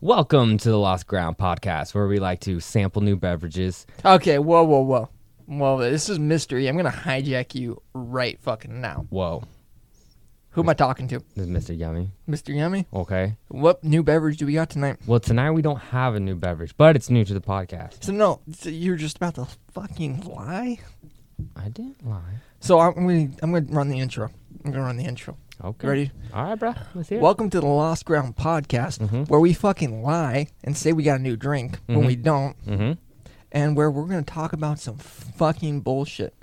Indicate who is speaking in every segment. Speaker 1: Welcome to the Lost Ground podcast, where we like to sample new beverages.
Speaker 2: Okay, whoa, whoa, whoa. Well, this is mystery. I'm gonna hijack you right fucking now.
Speaker 1: Whoa,
Speaker 2: Who am I talking to,
Speaker 1: this is Mr. Yummy.
Speaker 2: Mr. Yummy?
Speaker 1: Okay.
Speaker 2: What new beverage do we got tonight?
Speaker 1: Well, tonight we don't have a new beverage, but it's new to the podcast.
Speaker 2: So no, so you're just about to fucking lie.
Speaker 1: I didn't lie.
Speaker 2: So I'm gonna I'm gonna run the intro. I'm gonna run the intro.
Speaker 1: Okay.
Speaker 2: Ready?
Speaker 1: All right, bro. Let's hear it.
Speaker 2: Welcome to the Lost Ground podcast,
Speaker 1: Mhm.
Speaker 2: where we fucking lie and say we got a new drink when
Speaker 1: Mhm.
Speaker 2: we don't,
Speaker 1: Mm-hmm.
Speaker 2: and where we're gonna talk about some fucking bullshit.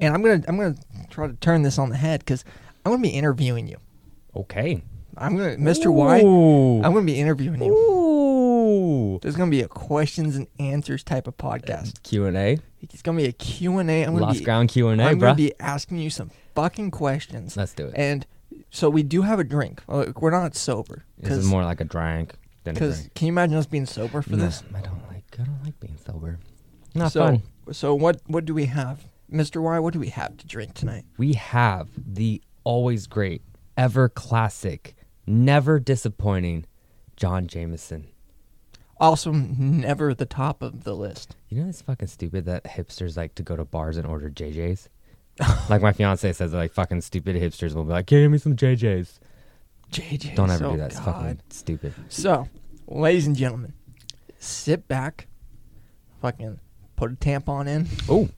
Speaker 2: And I'm gonna I'm gonna try to turn this on the head because I'm gonna be interviewing you.
Speaker 1: Okay.
Speaker 2: I'm gonna Mr. Y.
Speaker 1: Ooh.
Speaker 2: I'm gonna be interviewing you.
Speaker 1: Ooh.
Speaker 2: There's gonna be a questions and answers type of podcast.
Speaker 1: Q and A.
Speaker 2: It's gonna be a Q and A. I'm gonna
Speaker 1: Lost
Speaker 2: be
Speaker 1: Ground Q and A,
Speaker 2: I'm
Speaker 1: bro.
Speaker 2: gonna be Eh, asking you some fucking questions.
Speaker 1: Let's do it.
Speaker 2: And so we do have a drink. Like, We're not sober
Speaker 1: This is more like a drink than a
Speaker 2: because
Speaker 1: drink.
Speaker 2: can you imagine us being sober for
Speaker 1: No,
Speaker 2: this?
Speaker 1: I don't like. I don't like being sober. Not
Speaker 2: so
Speaker 1: fun.
Speaker 2: so what what do we have, Mister Y? What do we have to drink tonight?
Speaker 1: we have the always great, ever classic, never disappointing John Jameson.
Speaker 2: Also, never the top of the list.
Speaker 1: You know it's fucking stupid that hipsters like to go to bars and order JJ's. like my fiance says, like fucking stupid hipsters will be like, "Give me some JJ's."
Speaker 2: JJ,
Speaker 1: Don't ever
Speaker 2: so
Speaker 1: do that. It's
Speaker 2: God.
Speaker 1: fucking stupid.
Speaker 2: So, ladies and gentlemen, sit back, fucking put a tampon in,
Speaker 1: Oh,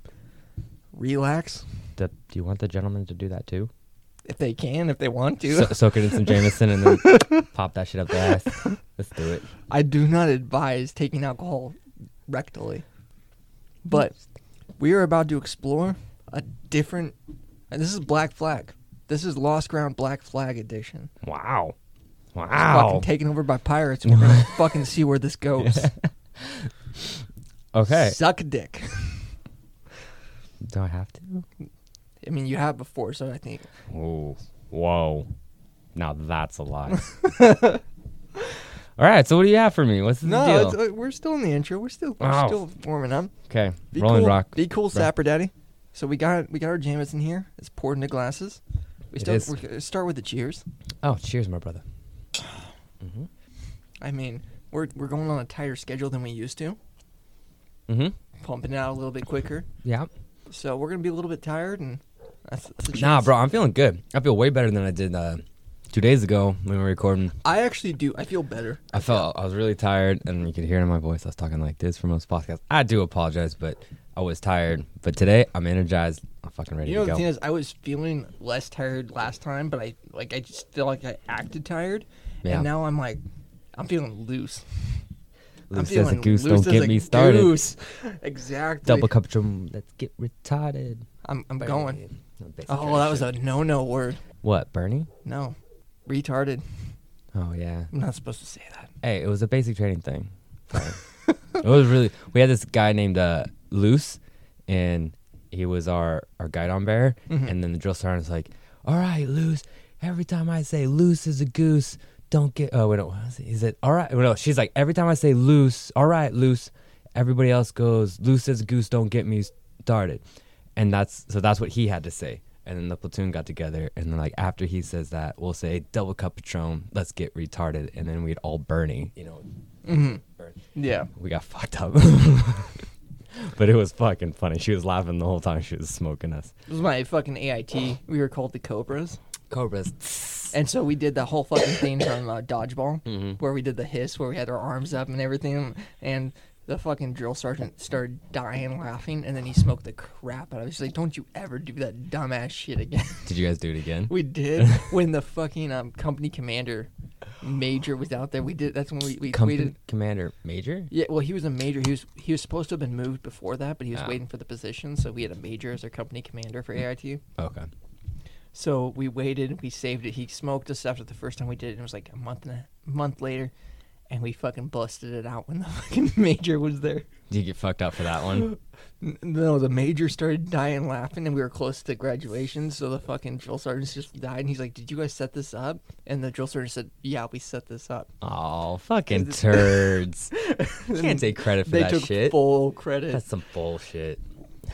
Speaker 2: relax
Speaker 1: the, do you want the gentleman to do that too?
Speaker 2: if they can, if they want to.
Speaker 1: So, soak it in some Jameson and then pop that shit up the ass. Let's do it.
Speaker 2: I do not advise taking alcohol rectally. But we are about to explore a different. And this is Black Flag. This is Lost Ground Black Flag Edition.
Speaker 1: Wow,
Speaker 2: It's
Speaker 1: wow.
Speaker 2: Fucking taken over by pirates. and We're gonna fucking see where this goes.
Speaker 1: Okay.
Speaker 2: Suck a dick.
Speaker 1: Do I have to?
Speaker 2: I mean, you have before, so I think.
Speaker 1: Ooh, Oh, whoa. Now that's a lot. All right, so what do you have for me? What's the
Speaker 2: No,
Speaker 1: deal?
Speaker 2: it's, uh, we're still in the intro. We're still we're
Speaker 1: Wow.
Speaker 2: still warming up.
Speaker 1: okay,
Speaker 2: Be
Speaker 1: Rolling
Speaker 2: cool,
Speaker 1: Rock.
Speaker 2: Be cool,
Speaker 1: Bro.
Speaker 2: Sapper Daddy. So we got we got our Jameson here. It's poured into glasses. We
Speaker 1: It
Speaker 2: still
Speaker 1: is.
Speaker 2: we're gonna start with the cheers.
Speaker 1: Oh, cheers, my brother. Mm-hmm.
Speaker 2: I mean, we're we're going on a tighter schedule than we used to,
Speaker 1: Mm-hmm.
Speaker 2: pumping it out a little bit quicker.
Speaker 1: Yeah.
Speaker 2: So we're gonna be a little bit tired, and that's, that's a
Speaker 1: Nah,
Speaker 2: chance.
Speaker 1: bro, I'm feeling good. I feel way better than I did uh, two days ago when we were recording.
Speaker 2: I actually do. I feel better.
Speaker 1: I felt I was really tired, and you could hear it in my voice. I was talking like this for most podcasts. I do apologize, but I was tired. But today, I'm energized. I'm fucking ready
Speaker 2: You know
Speaker 1: to
Speaker 2: the
Speaker 1: go.
Speaker 2: thing is, I was feeling less tired last time, but I like I just feel like I acted tired,
Speaker 1: Yeah.
Speaker 2: and now I'm like, I'm feeling loose. I'm
Speaker 1: Loose as a
Speaker 2: feeling
Speaker 1: goose,
Speaker 2: loose
Speaker 1: don't
Speaker 2: as
Speaker 1: get
Speaker 2: a
Speaker 1: me started.
Speaker 2: Goose. Exactly.
Speaker 1: Double cup drum, let's get retarded.
Speaker 2: I'm I'm
Speaker 1: Burn
Speaker 2: going.
Speaker 1: it. No, basic
Speaker 2: Oh, that was
Speaker 1: shit.
Speaker 2: a no no word.
Speaker 1: what Bernie?
Speaker 2: No, retarded.
Speaker 1: Oh yeah.
Speaker 2: I'm not supposed to say that.
Speaker 1: Hey, it was a basic training thing. Sorry. it was really. We had this guy named uh, Loose, and he was our our guide on bear.
Speaker 2: Mhm.
Speaker 1: And then the drill sergeant was like, "All right, Loose. Every time I say Loose is a goose, don't get. Oh, wait, no, what was it? He said, "All right." Well, no, she's like, "Every time I say Loose, all right, Loose." Everybody else goes, "Loose as a goose, don't get me started." And that's so that's what he had to say. And then the platoon got together, and then like after he says that, we'll say double cup patron, let's get retarded, and then we'd all burning, you know, burn.
Speaker 2: Yeah.
Speaker 1: We got fucked up, but it was fucking funny. She was laughing the whole time she was smoking us.
Speaker 2: This was my fucking AIT. We were called the Cobras.
Speaker 1: Cobras.
Speaker 2: And so we did the whole fucking thing from uh, Dodgeball, where we did the hiss, where we had our arms up and everything. And the fucking drill sergeant started dying laughing, and then he smoked the crap out of it. He's like, don't you ever do that dumbass shit again.
Speaker 1: Did you guys do it again?
Speaker 2: we did when the fucking um, company commander major was out there. We did. That's when we, we
Speaker 1: Company
Speaker 2: waited.
Speaker 1: commander major.
Speaker 2: Yeah, well, he was a major. He was he was supposed to have been moved before that, but he was
Speaker 1: Ah.
Speaker 2: waiting for the position. So we had a major as our company commander for AIT.
Speaker 1: Okay.
Speaker 2: So we waited, we saved it. He smoked us after the first time we did it. and It was like a month and a month later, and we fucking busted it out when the fucking major was there.
Speaker 1: Did you get fucked up for that one?
Speaker 2: N- No, the major started dying laughing, and we were close to graduation. So the fucking drill sergeant just died, and he's like, "Did you guys set this up?" And the drill sergeant said, "Yeah, we set this up."
Speaker 1: Oh, fucking turds! You Can't take credit for
Speaker 2: they
Speaker 1: that
Speaker 2: took
Speaker 1: shit.
Speaker 2: full credit.
Speaker 1: That's some bullshit.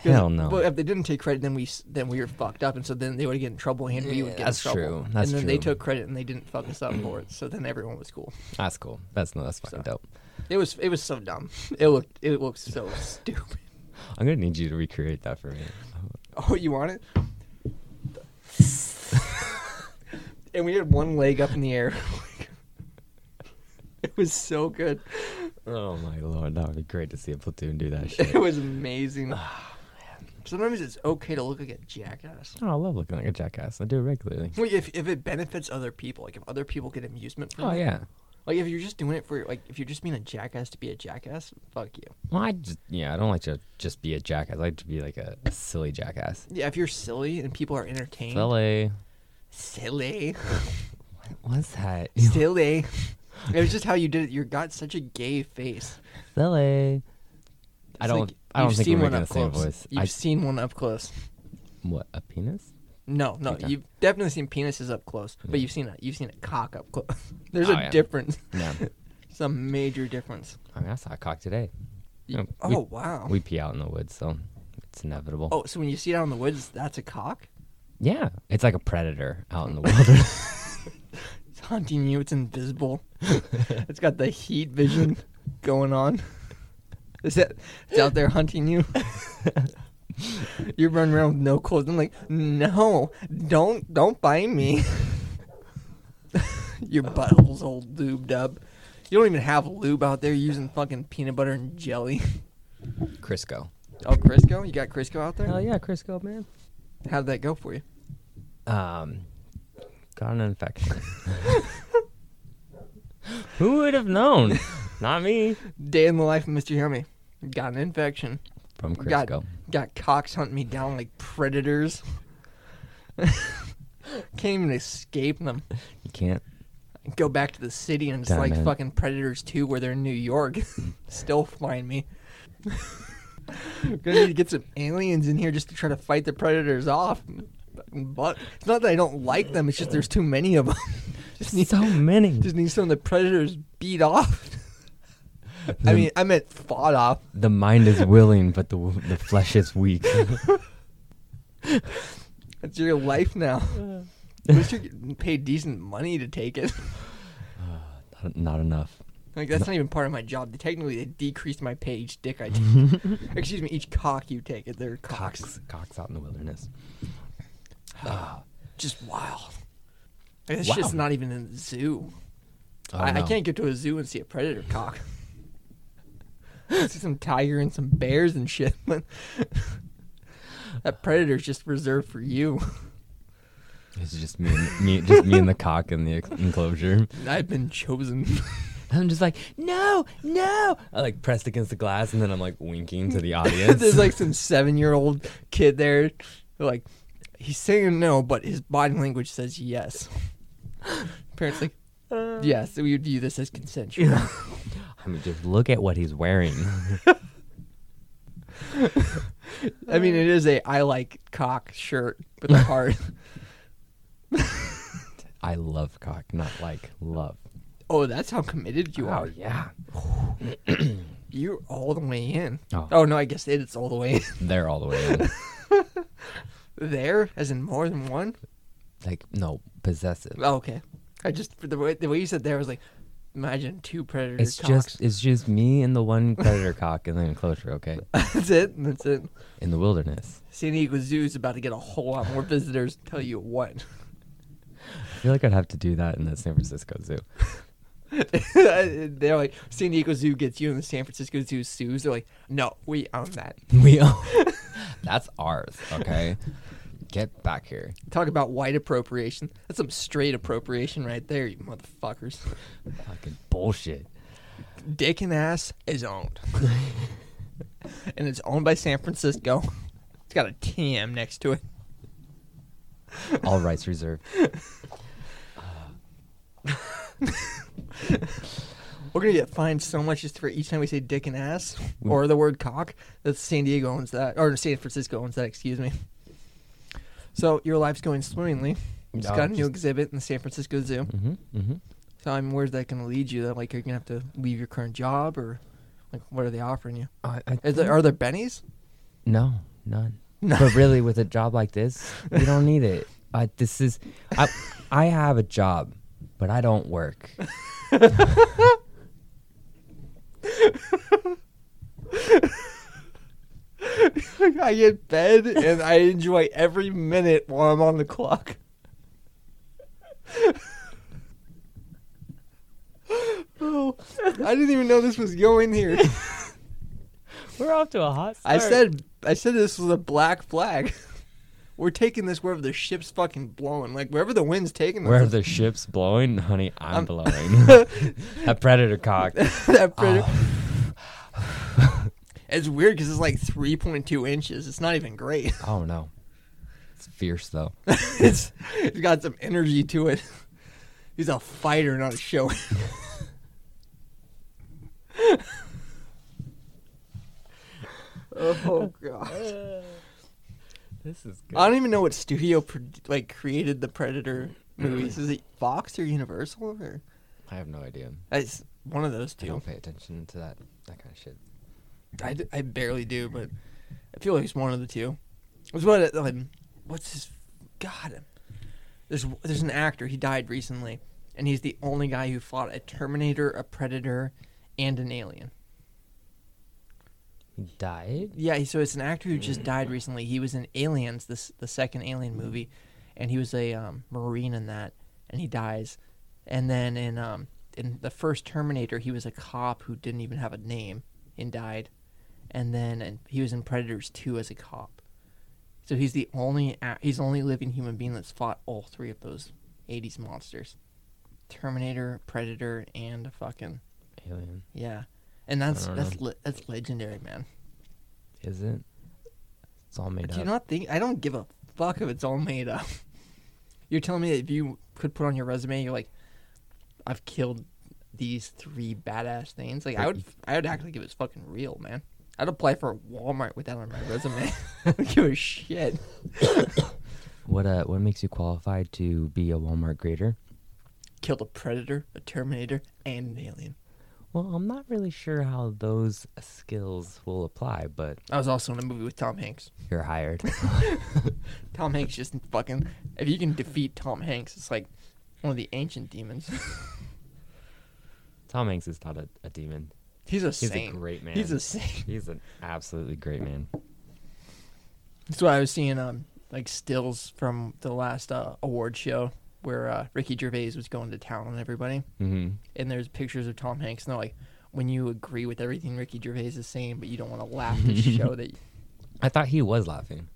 Speaker 1: Hell no.
Speaker 2: But if they didn't take credit, then we s- then we were fucked up, and so then they would get in trouble, and we would get
Speaker 1: That's
Speaker 2: in trouble.
Speaker 1: true. That's
Speaker 2: and then they
Speaker 1: true.
Speaker 2: took credit, and they didn't fuck us up for it. So then everyone was cool.
Speaker 1: That's cool. That's no. That's fucking dope.
Speaker 2: It was it was so dumb. It looked it looked so stupid.
Speaker 1: I'm gonna need you to recreate that for me.
Speaker 2: Oh, you want it? and we had one leg up in the air. it was so good.
Speaker 1: Oh my lord, that would be great to see a platoon do that shit. Oh,
Speaker 2: It was amazing.
Speaker 1: Ah,
Speaker 2: Sometimes it's okay to look like a jackass.
Speaker 1: Oh, I love looking like a jackass. I do it regularly.
Speaker 2: Wait, if if it benefits other people, like if other people get amusement from
Speaker 1: Oh
Speaker 2: it,
Speaker 1: yeah.
Speaker 2: like if you're just doing it for like if you're just being a jackass to be a jackass, fuck you.
Speaker 1: Well, I just yeah, I don't like to just be a jackass. I like to be like a, a silly jackass.
Speaker 2: Yeah, if you're silly and people are entertained,
Speaker 1: Silly.
Speaker 2: silly,
Speaker 1: What's that?
Speaker 2: silly. it was just how you did it. You got such a gay face.
Speaker 1: Silly. I
Speaker 2: It's
Speaker 1: don't.
Speaker 2: like
Speaker 1: I don't
Speaker 2: you've
Speaker 1: think
Speaker 2: seen
Speaker 1: we're
Speaker 2: one
Speaker 1: making the same
Speaker 2: up close.
Speaker 1: voice.
Speaker 2: You've
Speaker 1: I,
Speaker 2: seen one up close.
Speaker 1: what a penis.
Speaker 2: No, no,
Speaker 1: Okay.
Speaker 2: you've definitely seen penises up close, but you've seen a you've seen a cock up close. There's
Speaker 1: Oh,
Speaker 2: a
Speaker 1: yeah.
Speaker 2: difference,
Speaker 1: No,
Speaker 2: some major difference.
Speaker 1: I mean I saw a cock today. You know,
Speaker 2: oh
Speaker 1: we-
Speaker 2: wow.
Speaker 1: We pee out in the woods, so it's inevitable.
Speaker 2: oh, so when you see it out in the woods, that's a cock.
Speaker 1: Yeah, it's like a predator out in the wilderness.
Speaker 2: It's hunting you. It's invisible. it's got the heat vision going on. Is that it's out there hunting you? You're running around with no clothes. I'm like, no, don't don't bite me. Your butthole's all lubed up. You don't even have lube out there. You're using fucking peanut butter and jelly.
Speaker 1: Crisco.
Speaker 2: Oh, Crisco? You got Crisco out there?
Speaker 1: Hell yeah, Crisco, man.
Speaker 2: How'd that go for you?
Speaker 1: Um, got an infection. Who would have known? Not me.
Speaker 2: Day in the life of Mr. Yummy. Got an infection.
Speaker 1: From Crisco.
Speaker 2: Got, got cocks hunting me down like predators. Can't even escape them.
Speaker 1: You can't.
Speaker 2: Go back to the city and it's
Speaker 1: Damn
Speaker 2: like
Speaker 1: it.
Speaker 2: fucking Predators 2 where they're in New York. Still find me. Gonna need to get some aliens in here just to try to fight the Predators off. But it's not that I don't like them, it's just there's too many of them. just, need,
Speaker 1: So many.
Speaker 2: just need some of the Predators beat off. I mean, I meant fought off.
Speaker 1: the mind is willing, but the w- the flesh is weak.
Speaker 2: That's your life now. At least you're getting paid decent money to take it.
Speaker 1: not, not enough.
Speaker 2: Like that's not even part of my job. They, technically, they decreased my pay each dick I take. Excuse me, each cock you take. It they're cocks.
Speaker 1: Cox, Cox out in the wilderness.
Speaker 2: Just wild. Like, this
Speaker 1: Wow.
Speaker 2: shit's not even in the zoo.
Speaker 1: Oh,
Speaker 2: I, I
Speaker 1: no.
Speaker 2: can't go to a zoo and see a predator cock. see some tiger and some bears and shit. but that predator's just reserved for you.
Speaker 1: It's just me, and, me, just me and the cock in the ex- enclosure.
Speaker 2: I've been chosen.
Speaker 1: I'm just like, no, no. I like pressed against the glass, and then I'm like winking to the audience.
Speaker 2: There's like some seven year old kid there, like he's saying no, but his body language says yes. Parents like, yes, we would view this as consensual.
Speaker 1: I mean, just look at what he's wearing.
Speaker 2: I mean, it is a I like cock shirt with a heart.
Speaker 1: I love cock, not like love.
Speaker 2: oh, that's how committed you
Speaker 1: Oh
Speaker 2: are.
Speaker 1: yeah,
Speaker 2: You're all the way in.
Speaker 1: Oh.
Speaker 2: Oh, no, I guess it, it's all the way in.
Speaker 1: they're all the way in.
Speaker 2: there, as in more than one.
Speaker 1: like no possessive.
Speaker 2: Oh, okay, I just for the way the way you said there I was like, imagine two predator
Speaker 1: It's
Speaker 2: cocks.
Speaker 1: just it's just me and the one predator cock in the enclosure. Okay,
Speaker 2: that's it. That's it.
Speaker 1: in the wilderness.
Speaker 2: San Diego Zoo's about to get a whole lot more visitors. Tell you what,
Speaker 1: I feel like I'd have to do that in the San Francisco Zoo.
Speaker 2: they're like San Diego Zoo gets you, and the San Francisco Zoo sues. They're like, no, we own that.
Speaker 1: We own. That's ours. Okay, get back here.
Speaker 2: Talk about white appropriation. That's some straight appropriation right there, you motherfuckers.
Speaker 1: Fucking bullshit.
Speaker 2: Dick and ass is owned, and it's owned by San Francisco. It's got a TM next to it.
Speaker 1: All rights reserved.
Speaker 2: We're gonna get fined so much just for each time we say dick and ass or the word cock. That San Diego owns that, or San Francisco owns that. Excuse me. So your life's going swimmingly. It's
Speaker 1: No,
Speaker 2: got a new
Speaker 1: just-
Speaker 2: exhibit in the San Francisco Zoo.
Speaker 1: Mm-hmm, mm-hmm.
Speaker 2: So I mean, where's that gonna lead you? Like you're gonna have to leave your current job, or like what are they offering you?
Speaker 1: I, I
Speaker 2: Is there, are there bennies?
Speaker 1: no, none. but really, with a job like this, you don't need it. I, this is, I, I have a job, but I don't work.
Speaker 2: I get bed and I enjoy every minute while I'm on the clock. oh, I didn't even know this was going here.
Speaker 1: We're off to a hot
Speaker 2: I said I said this was a black flag. We're taking this wherever the ship's fucking blowing, like wherever the wind's taking us.
Speaker 1: where the ship's blowing, honey, I'm, blowing. Ah. a predator cock. Oh,
Speaker 2: that pretty- it's weird because it's like 3.2 inches. It's not even great.
Speaker 1: Oh no, it's fierce though.
Speaker 2: it's it's got some energy to it. He's a fighter, not a show. oh god!
Speaker 1: This is good.
Speaker 2: I don't even know what studio pro- like created the Predator movies. Is it Fox or Universal or?
Speaker 1: I have no idea.
Speaker 2: It's one of those
Speaker 1: I
Speaker 2: two.
Speaker 1: don't pay attention to that that kind of shit.
Speaker 2: I, d- I barely do, but I feel like it's one of the two. It's what it- um, what's his God? There's there's an actor he died recently, and he's the only guy who fought a Terminator, a Predator, and an alien.
Speaker 1: He died.
Speaker 2: Yeah, so it's an actor who just died recently. He was in Aliens, this the second Alien movie, and he was a um, marine in that, and he dies. And then in um, in the first Terminator, he was a cop who didn't even have a name and died. And then and he was in Predators 2 as a cop. So he's the only a- he's the only living human being that's fought all three of those 80s monsters. Terminator, Predator, and a fucking
Speaker 1: Alien.
Speaker 2: yeah. And that's
Speaker 1: don't
Speaker 2: that's le- that's legendary, man.
Speaker 1: Is it? It's all made
Speaker 2: Do you
Speaker 1: up.
Speaker 2: not think? I don't give a fuck if it's all made up. You're telling me that if you could put on your resume, you're like, I've killed these three badass things. Like I would, I would act like it was fucking real, man. I'd apply for Walmart with that on my resume. I don't give a shit.
Speaker 1: What uh? What makes you qualified to be a Walmart grader?
Speaker 2: Killed a predator, a terminator, and an alien.
Speaker 1: Well, I'm not really sure how those skills will apply, but
Speaker 2: I was also in a movie with Tom Hanks.
Speaker 1: you're hired.
Speaker 2: Tom Hanks just fucking. If you can defeat Tom Hanks, it's like one of the ancient demons.
Speaker 1: Tom Hanks is not a, a demon.
Speaker 2: He's a
Speaker 1: He's
Speaker 2: saint.
Speaker 1: a great man.
Speaker 2: He's a saint.
Speaker 1: He's an absolutely great man.
Speaker 2: That's why I was seeing um like stills from the last uh, award show where uh, Ricky Gervais was going to town on everybody,
Speaker 1: Mm-hmm.
Speaker 2: and there's pictures of Tom Hanks, and they're like, when you agree with everything Ricky Gervais is saying, but you don't want to laugh to show that
Speaker 1: I thought he was laughing.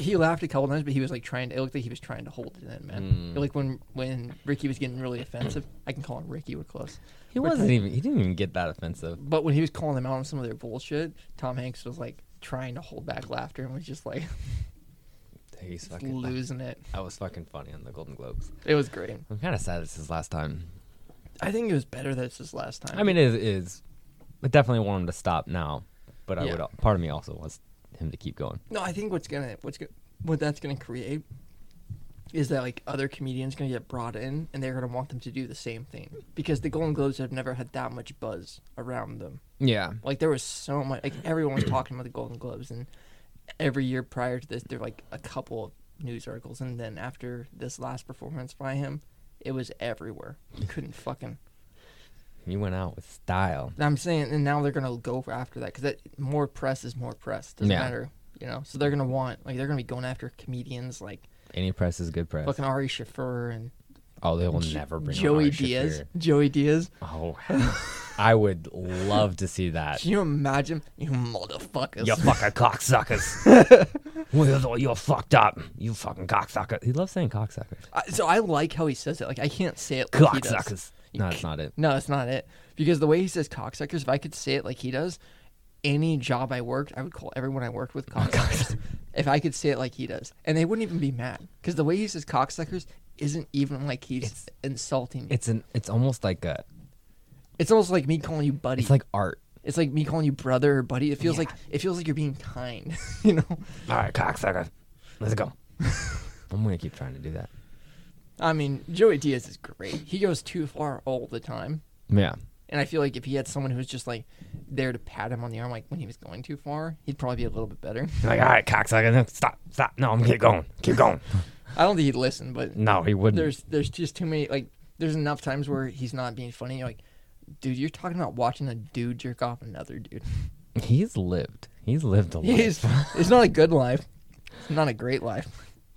Speaker 2: he laughed a couple times, but he was like trying to. It looked like he was trying to hold it in, man.
Speaker 1: Mm.
Speaker 2: Like when when Ricky was getting really offensive, I can call him Ricky. We're close.
Speaker 1: He
Speaker 2: We're
Speaker 1: wasn't
Speaker 2: tight.
Speaker 1: even. He didn't even get that offensive.
Speaker 2: But when he was calling them out on some of their bullshit, Tom Hanks was like trying to hold back laughter and was just like
Speaker 1: He's fucking.
Speaker 2: losing it.
Speaker 1: That was fucking funny on the Golden Globes.
Speaker 2: It was great.
Speaker 1: I'm kind of sad this is last time.
Speaker 2: I think it was better that it's his last time.
Speaker 1: I mean, it is. I definitely want him to stop now, but I
Speaker 2: Yeah.
Speaker 1: would. al- Part of me also wants him to keep going.
Speaker 2: No, I think what's gonna what's go- what that's gonna create is that like other comedians gonna get brought in and they're gonna want them to do the same thing because the Golden Globes have never had that much buzz around them.
Speaker 1: Yeah.
Speaker 2: Like there was so much like everyone was talking about the Golden Globes and every year prior to this there were like a couple of news articles and then after this last performance by him it was everywhere. You couldn't fucking.
Speaker 1: You went out with style.
Speaker 2: I'm saying, and now they're gonna go for after that because more press is more press. Doesn't
Speaker 1: Yeah.
Speaker 2: matter, you know. So they're gonna want like they're gonna be going after comedians like
Speaker 1: Any press is good press.
Speaker 2: fucking Ari Shafir and
Speaker 1: oh, they will
Speaker 2: Jo-
Speaker 1: never bring on
Speaker 2: Joey
Speaker 1: Ari
Speaker 2: Diaz.
Speaker 1: Shafir.
Speaker 2: Joey Diaz.
Speaker 1: Oh, I would love to see that.
Speaker 2: Can you imagine? You motherfuckers.
Speaker 1: You fucking cocksuckers. Well, You're fucked up. You fucking cocksucker. He loves saying cocksuckers.
Speaker 2: I, so I like how he says it. Like I can't say it like he does.
Speaker 1: Cocksuckers. No, that's not it.
Speaker 2: No, that's not it. Because the way he says cocksuckers, if I could say it like he does, any job I worked, I would call everyone I worked
Speaker 1: Oh
Speaker 2: with cocksuckers. if I could say it like he does, and they wouldn't even be mad because the way he says cocksuckers isn't even like he's insulting. you.
Speaker 1: It's an. It's almost like a.
Speaker 2: It's almost like me calling you buddy.
Speaker 1: It's like art.
Speaker 2: it's like me calling you brother or buddy. It feels like it feels like you're being kind. you know.
Speaker 1: All right, cocksucker. Let's go. I'm gonna keep trying to do that.
Speaker 2: I mean, Joey Diaz is great. He goes too far all the time.
Speaker 1: Yeah.
Speaker 2: And I feel like if he had someone who was just like, there to pat him on the arm, like when he was going too far, he'd probably be a little bit better.
Speaker 1: He's like, all right, cocksucker, no, stop, stop. No, I'm gonna keep going, keep going.
Speaker 2: I don't think he'd listen, but
Speaker 1: No, he wouldn't.
Speaker 2: there's there's just too many like there's enough times where he's not being funny. You're like, dude, you're talking about watching a dude jerk off another dude.
Speaker 1: He's lived. He's lived a life.
Speaker 2: He's, it's not a good life. It's not a great life.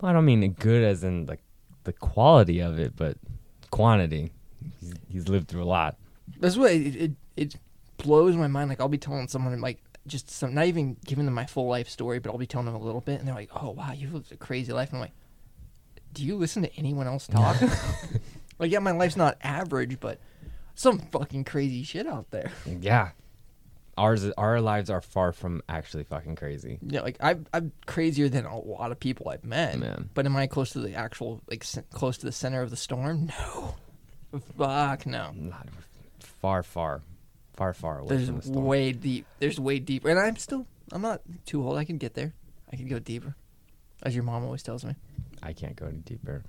Speaker 1: I don't mean good as in like the quality of it, but quantity. He's, he's lived through a lot.
Speaker 2: That's what it, it it blows my mind. Like I'll be telling someone I'm like just some not even giving them my full life story, but I'll be telling them a little bit, and they're like, "Oh wow, you've lived a crazy life." And I'm like, "Do you listen to anyone else talk?" like, yeah, my life's not average, but some fucking crazy shit out there.
Speaker 1: Yeah. Ours, our lives are far from actually fucking crazy.
Speaker 2: Yeah, like I, I'm crazier than a lot of people I've met.
Speaker 1: Man.
Speaker 2: But am I close to the actual, like, c- close to the center of the storm? No. Fuck no.
Speaker 1: Not- Far, far, far, far away
Speaker 2: There's
Speaker 1: from the storm.
Speaker 2: way deep. There's way deeper, and I'm still. I'm not too old. I can get there. I can go deeper, as your mom always tells me.
Speaker 1: I can't go any deeper.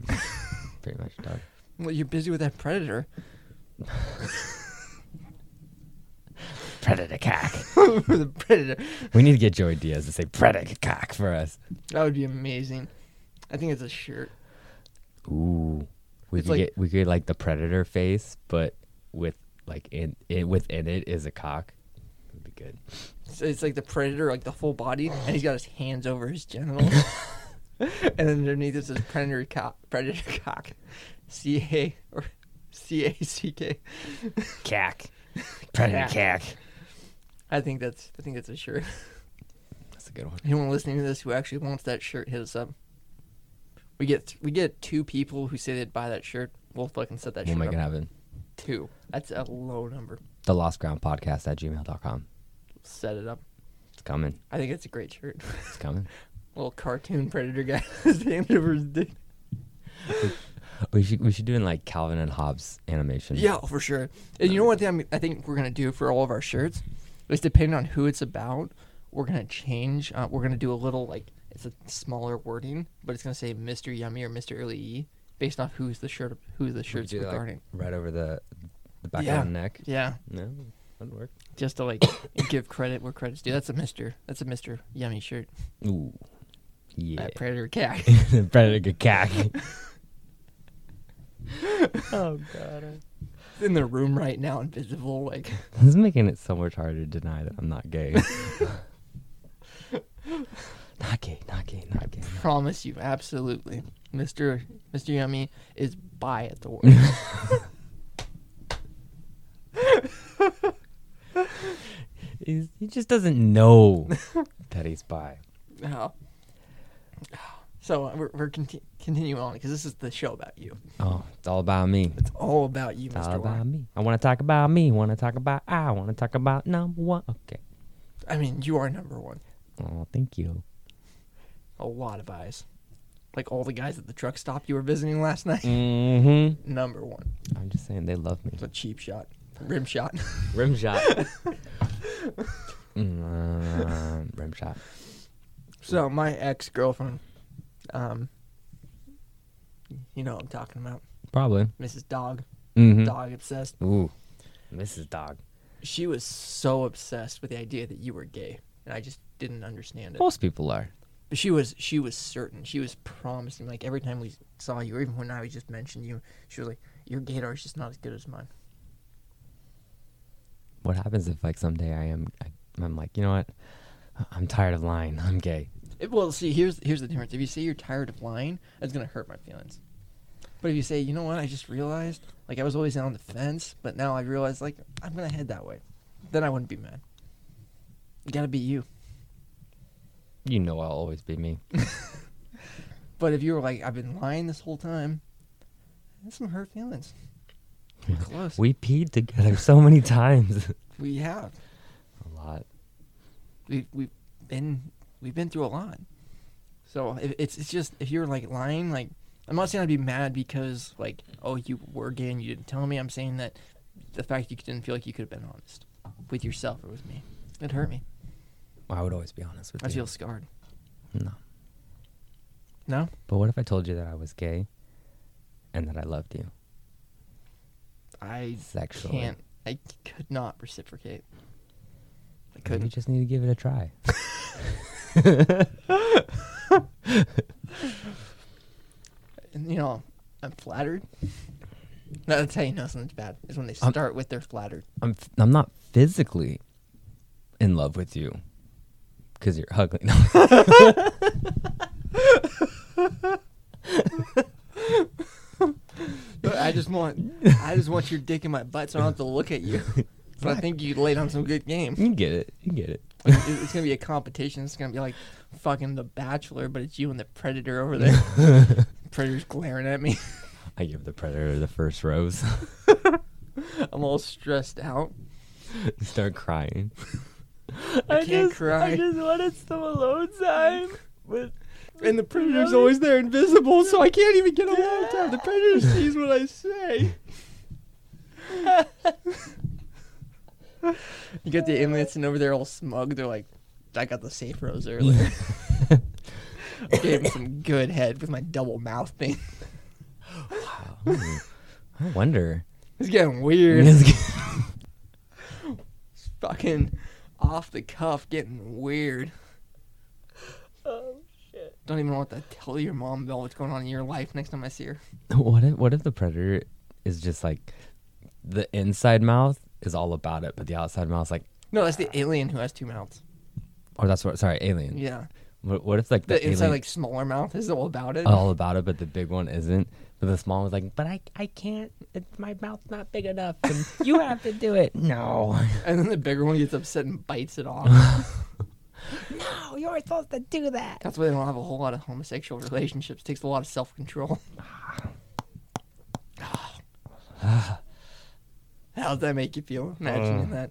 Speaker 1: Pretty much done.
Speaker 2: Well, you're busy with that predator.
Speaker 1: Predator cock.
Speaker 2: the predator.
Speaker 1: we need to get Joey Diaz to say predator cock for us.
Speaker 2: That would be amazing. I think it's a shirt.
Speaker 1: Ooh, we
Speaker 2: It's
Speaker 1: could
Speaker 2: like-
Speaker 1: get we could like the predator face, but with like in it within it is a cock. Would be good.
Speaker 2: So it's like the predator, like the full body, and he's got his hands over his genitals. and underneath it says predator cock, predator cock, C A or C A C K.
Speaker 1: Cack.
Speaker 2: Predator
Speaker 1: cack.
Speaker 2: I think that's I think that's a shirt.
Speaker 1: That's a good one.
Speaker 2: Anyone listening to this who actually wants that shirt, hit us up. We get we get two people who say they'd buy that shirt. We'll fucking set that
Speaker 1: We'll
Speaker 2: shirt
Speaker 1: make
Speaker 2: up.
Speaker 1: it happen.
Speaker 2: Two. That's a low number.
Speaker 1: The Lost Ground Podcast at gmail.com.
Speaker 2: Set it up.
Speaker 1: It's coming.
Speaker 2: I think it's a great shirt.
Speaker 1: It's coming.
Speaker 2: Little cartoon predator guy standing over his dick.
Speaker 1: we should we should do it in like Calvin and Hobbes animation.
Speaker 2: Yeah, for sure. And you know what thing I'm, I think we're gonna do for all of our shirts is depending on who it's about, we're gonna change. Uh, we're gonna do a little like it's a smaller wording, but it's gonna say Mr. Yummy or Mr. Early E, based off who's the shirt, who the
Speaker 1: We could
Speaker 2: shirt's
Speaker 1: do that, like,
Speaker 2: regarding.
Speaker 1: right over the the back
Speaker 2: Yeah.
Speaker 1: of the neck.
Speaker 2: Yeah,
Speaker 1: No, that'd work.
Speaker 2: just to like give credit where credit's due. That's a Mr. That's a Mr. Yummy shirt.
Speaker 1: Ooh.
Speaker 2: Yeah.
Speaker 1: Yeah.
Speaker 2: predator cat.
Speaker 1: predator cack.
Speaker 2: oh god. It's in the room right now, invisible. Like
Speaker 1: This is making it so much harder to deny that I'm not gay. not gay, not gay, not gay.
Speaker 2: promise you, absolutely, Mr. Mr. Yummy is by at the word.
Speaker 1: He's, he just doesn't know that he's bi.
Speaker 2: Oh. So uh, we're, we're conti- continuing on because this is the show about you.
Speaker 1: Oh, it's all about me.
Speaker 2: It's all about you,
Speaker 1: It's
Speaker 2: Mr.
Speaker 1: all
Speaker 2: Y.
Speaker 1: about me. I want to talk about me. Want to talk about I. Want to talk about number one. Okay.
Speaker 2: I mean, you are number one.
Speaker 1: Oh, thank you.
Speaker 2: A lot of eyes. Like all the guys at the truck stop you were visiting last night.
Speaker 1: Mm-hmm.
Speaker 2: number one.
Speaker 1: I'm just saying they love me.
Speaker 2: It's a cheap shot. Rim shot.
Speaker 1: Rim shot. Mm, rim shot.
Speaker 2: so my ex girlfriend, um, you know what I'm talking about.
Speaker 1: Probably.
Speaker 2: Mrs. Dog.
Speaker 1: Mm-hmm.
Speaker 2: Dog obsessed.
Speaker 1: Ooh, Mrs. Dog.
Speaker 2: She was so obsessed with the idea that you were gay. And I just didn't understand it.
Speaker 1: Most people are.
Speaker 2: But she was she was certain. She was promising. Like every time we saw you, or even when I was just mentioned you, she was like, "Your gator is just not as good as mine."
Speaker 1: What happens if like someday I am, I, I'm like, you know what? I'm tired of lying. I'm gay.
Speaker 2: It- well, see, here's here's the difference. If you say you're tired of lying, that's gonna hurt my feelings. But if you say, you know what, I just realized, like I was always on the fence, but now I realize, like I'm gonna head that way. Then I wouldn't be mad. You gotta be you.
Speaker 1: You know I'll always be me.
Speaker 2: But if you were like, I've been lying this whole time, that's some hurt feelings. Close.
Speaker 1: We peed together so many times.
Speaker 2: we have.
Speaker 1: a lot.
Speaker 2: we've we've been we've been through a lot. So if, it's it's just if you're like lying, like I'm not saying I'd be mad because like oh you were gay and you didn't tell me. I'm saying that the fact you didn't feel like you could have been honest with yourself or with me, it hurt me.
Speaker 1: I would always be honest with
Speaker 2: I
Speaker 1: you.
Speaker 2: feel scarred.
Speaker 1: No.
Speaker 2: No,
Speaker 1: But what if I told you that I was gay, and that I loved you
Speaker 2: I
Speaker 1: sexually?
Speaker 2: can't. I c- could not reciprocate.
Speaker 1: You
Speaker 2: couldn't.
Speaker 1: just need to give it a try.
Speaker 2: And, you know, I'm flattered. No, that's how you know something's bad. Is when they
Speaker 1: I'm-
Speaker 2: start with they're flattered.
Speaker 1: I'm f- I'm not physically in love with you because you're ugly. No.
Speaker 2: I just want, I just want your dick in my butt, so I don't have to look at you. So I think you laid on some good game.
Speaker 1: you get it. You get it.
Speaker 2: It- It's gonna be a competition. It's gonna be like fucking The Bachelor, but it's you and the Predator over there. Predator's glaring at me.
Speaker 1: I give the predator the first rose.
Speaker 2: I'm all stressed out.
Speaker 1: Start crying.
Speaker 2: I can't cry.
Speaker 1: just wanted some alone time. With
Speaker 2: And the predator's always there, invisible, so I can't even get a long time. The predator sees what I say. you got the inmates and over there all smug. They're like, I got the safe rose earlier. I Gave him some good head with my double mouth thing.
Speaker 1: I wonder.
Speaker 2: It's getting weird. It's fucking off the cuff, getting weird.
Speaker 3: Oh shit.
Speaker 2: Don't even know what to tell your mom about what's going on in your life next time I see her.
Speaker 1: what if what if the predator is just like the inside mouth is all about it, but the outside mouth's like,
Speaker 2: No, that's the alien who has two mouths.
Speaker 1: or that's what. Sorry, alien.
Speaker 2: Yeah.
Speaker 1: What, what if like the,
Speaker 2: The inside,
Speaker 1: alien- Oh.
Speaker 2: like, smaller mouth is all about it.
Speaker 1: all about it, but the big one isn't. But the small one's like, but I, I can't. It, my mouth's not big enough. And you have to do it. No,
Speaker 2: And then the bigger one gets upset and bites it off.
Speaker 1: no, you're supposed to do that.
Speaker 2: That's why they don't have a whole lot of homosexual relationships. takes a lot of self control. How'd that make you feel? Imagining that.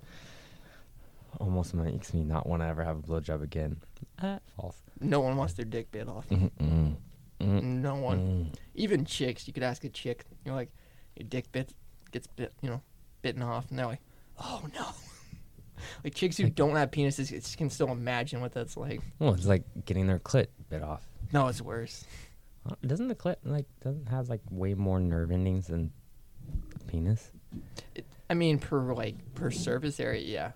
Speaker 1: Almost makes me not want to ever have a blowjob again. Uh, false. Mm.
Speaker 2: No one wants their dick bit off.
Speaker 1: Mm-mm.
Speaker 2: No one. Even chicks. You could ask a chick. You're like, your dick bit gets bit, you know, bitten off, and they're like, oh no. like chicks who don't have penises it's- can still imagine what that's like.
Speaker 1: Well, it's like getting their clit bit off.
Speaker 2: No, it's worse.
Speaker 1: Uh, Doesn't the clit like doesn't have like way more nerve endings than the penis?
Speaker 2: It, I mean, per like per surface area, yeah.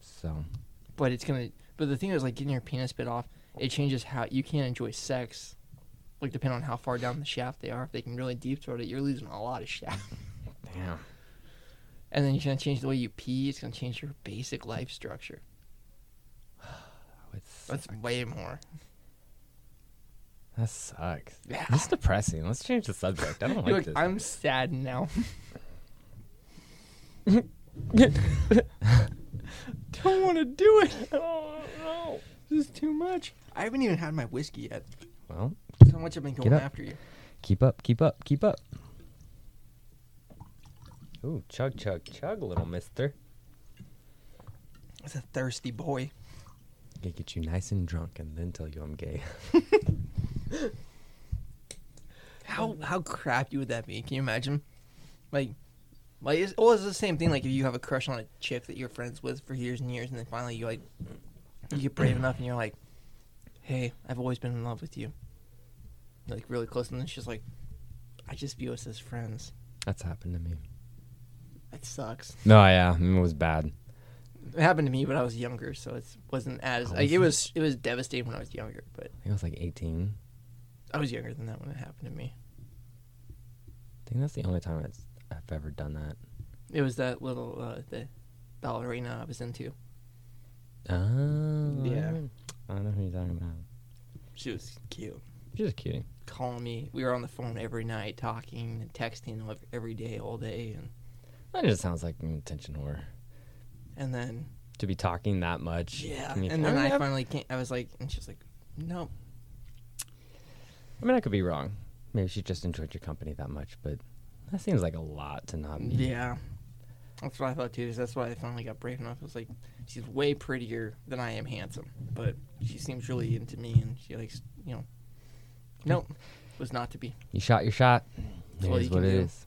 Speaker 1: So
Speaker 2: but it's gonna. But the thing is, like getting your penis bit off, it changes how you can't enjoy sex. Like depending on how far down the shaft they are, if they can really deep throat it, you're losing a lot of shaft.
Speaker 1: damn.
Speaker 2: And then you're gonna change the way you pee. It's gonna change your basic life structure.
Speaker 1: It's,
Speaker 2: That's way more.
Speaker 1: that sucks.
Speaker 2: Yeah.
Speaker 1: This is depressing. Let's change the subject. I don't
Speaker 2: Ah. You're
Speaker 1: like
Speaker 2: like,
Speaker 1: this.
Speaker 2: I'm sad now. Don't want to do it. Oh no, this is too much. I haven't even had my whiskey yet.
Speaker 1: Well,
Speaker 2: So much I've been
Speaker 1: Get
Speaker 2: going
Speaker 1: up.
Speaker 2: after you.
Speaker 1: Keep up, keep up, keep up. Ooh, chug, chug, chug, little mister.
Speaker 2: It's a thirsty boy.
Speaker 1: Gonna get you nice and drunk and then tell you I'm gay.
Speaker 2: How how crappy would that be? Can you imagine? Like, like it's, well, it's the same thing. Like if you have a crush on a chick that you're friends with for years and years, and then finally you like you get brave enough and you're like, "Hey, I've always been in love with you." You're, like really close, and then she's like, "I just view us as friends."
Speaker 1: That's happened to me.
Speaker 2: That sucks.
Speaker 1: No, yeah, it was bad.
Speaker 2: It happened to me, but I was younger, so it wasn't as
Speaker 1: Oh,
Speaker 2: like
Speaker 1: was
Speaker 2: it
Speaker 1: it?
Speaker 2: was. It was devastating when I was younger, but
Speaker 1: I think I was like 18.
Speaker 2: I was younger than that when it happened to me.
Speaker 1: I think that's the only time it's, I've ever done that.
Speaker 2: It was that little uh, the ballerina I was into.
Speaker 1: Oh, I
Speaker 2: Yeah.
Speaker 1: remember- I don't know who you're talking about.
Speaker 2: She was cute.
Speaker 1: You're just kidding.
Speaker 2: calling me. We were on the phone every night, talking and texting ev- every day, all day, and
Speaker 1: That just sounds like an attention whore.
Speaker 2: and then
Speaker 1: To be talking that much.
Speaker 2: yeah,
Speaker 1: communi-
Speaker 2: and then
Speaker 1: I,
Speaker 2: I
Speaker 1: mean, I,
Speaker 2: finally came. I was like, and she's like, no,
Speaker 1: I mean, I could be wrong. Maybe she just enjoyed your company that much, but that seems like a lot to not be.
Speaker 2: yeah. That's what I thought too. Is that's why I finally got brave enough. It was like she's way prettier than I am handsome, but she seems really into me, and she likes you know. Nope, was not to be.
Speaker 1: You shot your shot.
Speaker 2: That's
Speaker 1: It
Speaker 2: all
Speaker 1: is
Speaker 2: you
Speaker 1: what
Speaker 2: can
Speaker 1: it
Speaker 2: do.
Speaker 1: is.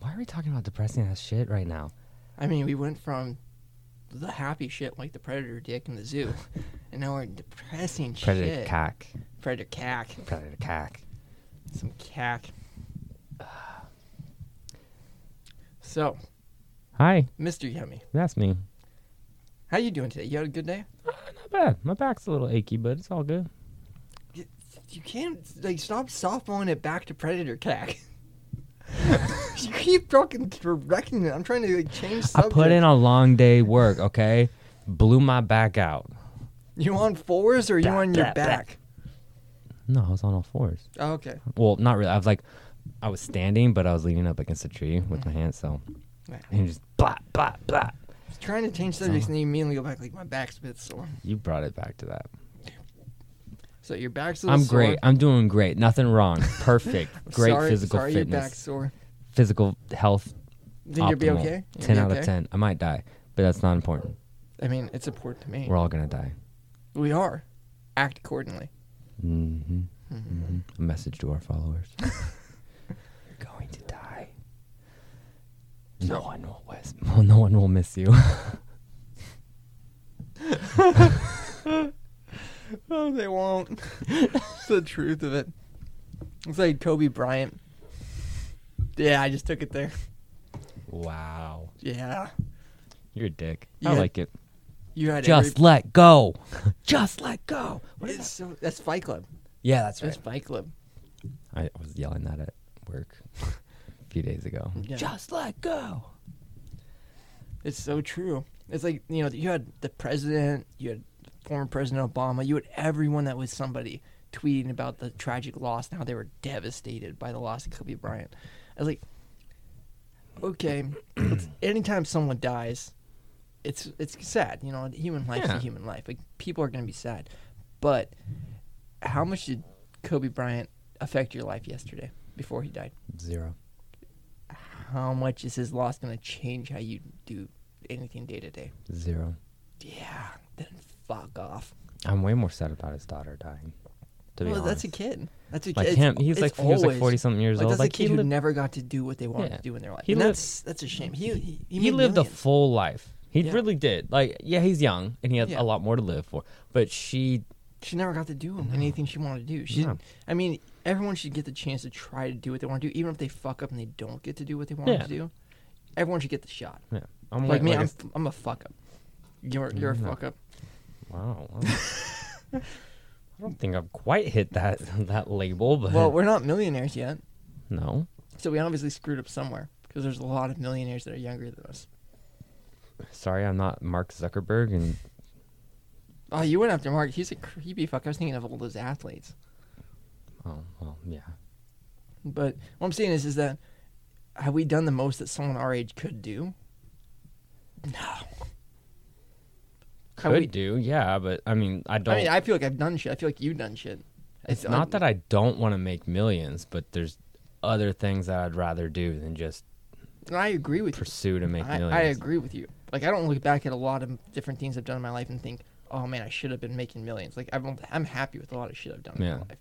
Speaker 1: Why are we talking about depressing ass shit right now?
Speaker 2: I mean, we went from the happy shit like the predator dick in the zoo, and now we're in depressing
Speaker 1: Predator
Speaker 2: shit.
Speaker 1: cack.
Speaker 2: Predator cack.
Speaker 1: Predator cack.
Speaker 2: Some cack. So,
Speaker 1: Hi,
Speaker 2: Mr. Yummy,
Speaker 1: that's me.
Speaker 2: How you doing today? You had a good day?
Speaker 1: Ah, Not bad. My back's a little achy, but it's all good.
Speaker 2: You can't like stop softballing it back to Predator Cack. you keep fucking directing it. I'm trying to like change
Speaker 1: I
Speaker 2: subject.
Speaker 1: put in a long day work, okay? Blew my back out.
Speaker 2: You on fours or you on your
Speaker 1: back,
Speaker 2: back?
Speaker 1: No, I was on all fours.
Speaker 2: Oh, okay.
Speaker 1: Well, not really. I was like, I was standing, but I was leaning up against a tree with my hands, so.
Speaker 2: Right.
Speaker 1: And just blah, blah, blah.
Speaker 2: I was trying to change subjects and then you immediately go back like my back's a bit sore.
Speaker 1: You brought it back to that.
Speaker 2: So your back's a little
Speaker 1: I'm
Speaker 2: sore.
Speaker 1: great. I'm doing great. Nothing wrong. Perfect. great
Speaker 2: sorry,
Speaker 1: physical
Speaker 2: sorry Your back's
Speaker 1: fitness.
Speaker 2: sore.
Speaker 1: Physical health.
Speaker 2: Then you'll be
Speaker 1: optimal.
Speaker 2: okay. You'll
Speaker 1: 10
Speaker 2: be
Speaker 1: out
Speaker 2: okay?
Speaker 1: of 10. I might die, but that's not important.
Speaker 2: I mean, it's important to me.
Speaker 1: We're all going to die.
Speaker 2: We are. Act accordingly.
Speaker 1: Mm-hmm. hmm A message to our followers. You're going to die. No one will miss. Well, no one will miss you.
Speaker 2: Oh, they won't. it's the truth of it. It's like Kobe Bryant. Yeah, I just took it there.
Speaker 1: wow,
Speaker 2: Yeah.
Speaker 1: you're a dick.
Speaker 2: Yeah.
Speaker 1: I like it.
Speaker 2: You had
Speaker 1: Just
Speaker 2: every,
Speaker 1: let go. Just let go. What is
Speaker 2: it's so, that's Fight Club.
Speaker 1: Yeah, that's
Speaker 2: That's Fight Club.
Speaker 1: I was yelling that at work a few days ago.
Speaker 2: Yeah.
Speaker 1: Just let go.
Speaker 2: It's so true. It's like, you know, you had the president, you had former President Obama, you had everyone that was somebody tweeting about the tragic loss and how they were devastated by the loss of Kobe Bryant. I was like, okay, it's, anytime someone dies, it's it's sad, you know, and human life's
Speaker 1: Yeah.
Speaker 2: a human life. Like people are going to be sad. But how much did Kobe Bryant affect your life yesterday before he died?
Speaker 1: Zero.
Speaker 2: How much is his loss going to change how you do anything day to day?
Speaker 1: Zero.
Speaker 2: Yeah, then fuck off.
Speaker 1: I'm way more sad about his daughter dying. To be
Speaker 2: Well,
Speaker 1: honest.
Speaker 2: that's a kid. That's a kid.
Speaker 1: Like
Speaker 2: It's-
Speaker 1: him, he's
Speaker 2: it's
Speaker 1: like he was like
Speaker 2: always-
Speaker 1: forty something years
Speaker 2: like,
Speaker 1: old.
Speaker 2: That's
Speaker 1: Like
Speaker 2: a
Speaker 1: he
Speaker 2: kid who
Speaker 1: lived,
Speaker 2: never got to do what they wanted
Speaker 1: Yeah.
Speaker 2: to do in their life.
Speaker 1: He
Speaker 2: and
Speaker 1: lived-
Speaker 2: that's that's a shame. He he, he,
Speaker 1: he
Speaker 2: made
Speaker 1: lived a
Speaker 2: millions.
Speaker 1: full life. He
Speaker 2: Yeah.
Speaker 1: really did. Like, yeah, he's young and he has
Speaker 2: Yeah.
Speaker 1: a lot more to live for. But she,
Speaker 2: She never got to do anything she wanted to do. She,
Speaker 1: No.
Speaker 2: I mean, everyone should get the chance to try to do what they want to do, even if they fuck up and they don't get to do what they wanted
Speaker 1: Yeah.
Speaker 2: to do. Everyone should get the shot.
Speaker 1: yeah, I'm
Speaker 2: Like, me,
Speaker 1: I
Speaker 2: I'm,
Speaker 1: s-
Speaker 2: I'm a fuck up. You're you're a
Speaker 1: Mm, no.
Speaker 2: fuck up.
Speaker 1: wow. wow. I don't think I've quite hit that that label, but
Speaker 2: Well, we're not millionaires yet,
Speaker 1: no,
Speaker 2: so we obviously screwed up somewhere because there's a lot of millionaires that are younger than us.
Speaker 1: sorry, I'm not Mark Zuckerberg, and
Speaker 2: Oh, you went after Mark. He's a creepy fuck. I was thinking of all those athletes.
Speaker 1: oh well, yeah.
Speaker 2: But what I'm saying is, is that have we done the most that someone our age could do? No. Have
Speaker 1: Could
Speaker 2: we-
Speaker 1: do, yeah, but I mean, I don't.
Speaker 2: I um, mean, I feel like I've done shit. I feel like you've done shit.
Speaker 1: it's not that I don't want to make millions, but there's other things that I'd rather do than just
Speaker 2: And I agree with you.
Speaker 1: pursue to make
Speaker 2: I,
Speaker 1: millions.
Speaker 2: I agree with you. Like I don't look back at a lot of different things I've done in my life and think, oh man, I should have been making millions. Like I'm, I'm happy with a lot of shit I've done in
Speaker 1: Yeah.
Speaker 2: my life.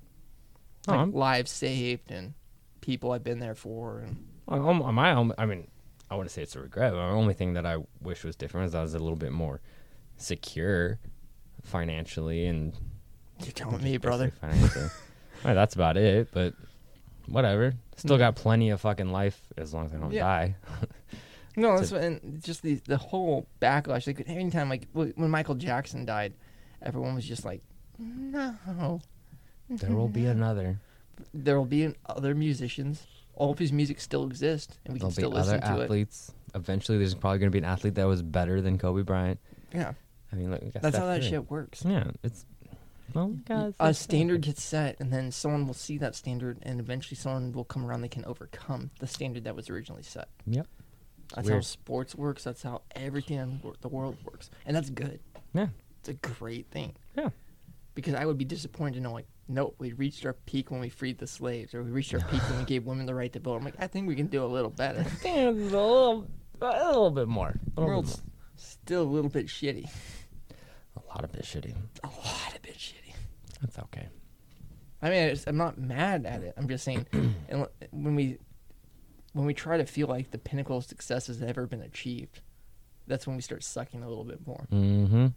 Speaker 1: No,
Speaker 2: Like
Speaker 1: I'm-
Speaker 2: lives saved and people I've been there for. And
Speaker 1: Well, um, my own, I mean, I wouldn't say it's a regret. But my only thing that I wish was different is I was a little bit more secure financially and
Speaker 2: you're telling me, brother.
Speaker 1: basically Financially. Well, that's about it. But whatever. Still got plenty of fucking life as long as I don't
Speaker 2: Yeah.
Speaker 1: die.
Speaker 2: No,
Speaker 1: to-
Speaker 2: that's what, and just the the whole backlash. Like anytime, like w- when Michael Jackson died, everyone was just like, "No,
Speaker 1: There will be another.
Speaker 2: there will be an- other musicians. All of his music still exists, and we
Speaker 1: There'll
Speaker 2: can still
Speaker 1: be other
Speaker 2: listen to
Speaker 1: athletes. Eventually, there's probably going to be an athlete that was better than Kobe Bryant.
Speaker 2: it." Yeah,
Speaker 1: I mean, look, we got
Speaker 2: that's
Speaker 1: Steph
Speaker 2: how that
Speaker 1: Curry.
Speaker 2: shit works.
Speaker 1: Yeah, it's. Well, guys,
Speaker 2: A standard gets set, and then someone will see that standard, and eventually someone will come around that can overcome the standard that was originally set.
Speaker 1: Yep.
Speaker 2: That's how
Speaker 1: weird.
Speaker 2: sports works. That's how everything in wor- the world works, and that's good.
Speaker 1: Yeah.
Speaker 2: It's a great thing.
Speaker 1: Yeah.
Speaker 2: Because I would be disappointed to know, like, nope, we reached our peak when we freed the slaves, or we reached our peak when we gave women the right to vote. I'm like, I think we can do a little better.
Speaker 1: Damn, a little, a little bit more. A
Speaker 2: The
Speaker 1: little bit
Speaker 2: world's still a little bit shitty.
Speaker 1: more. A lot of bit shitty.
Speaker 2: A lot of bit shitty.
Speaker 1: That's okay.
Speaker 2: I mean, it's, I'm not mad at it. I'm just saying, and when we when we try to feel like the pinnacle of success has ever been achieved, that's when we start sucking a little bit more.
Speaker 1: Mm-hmm.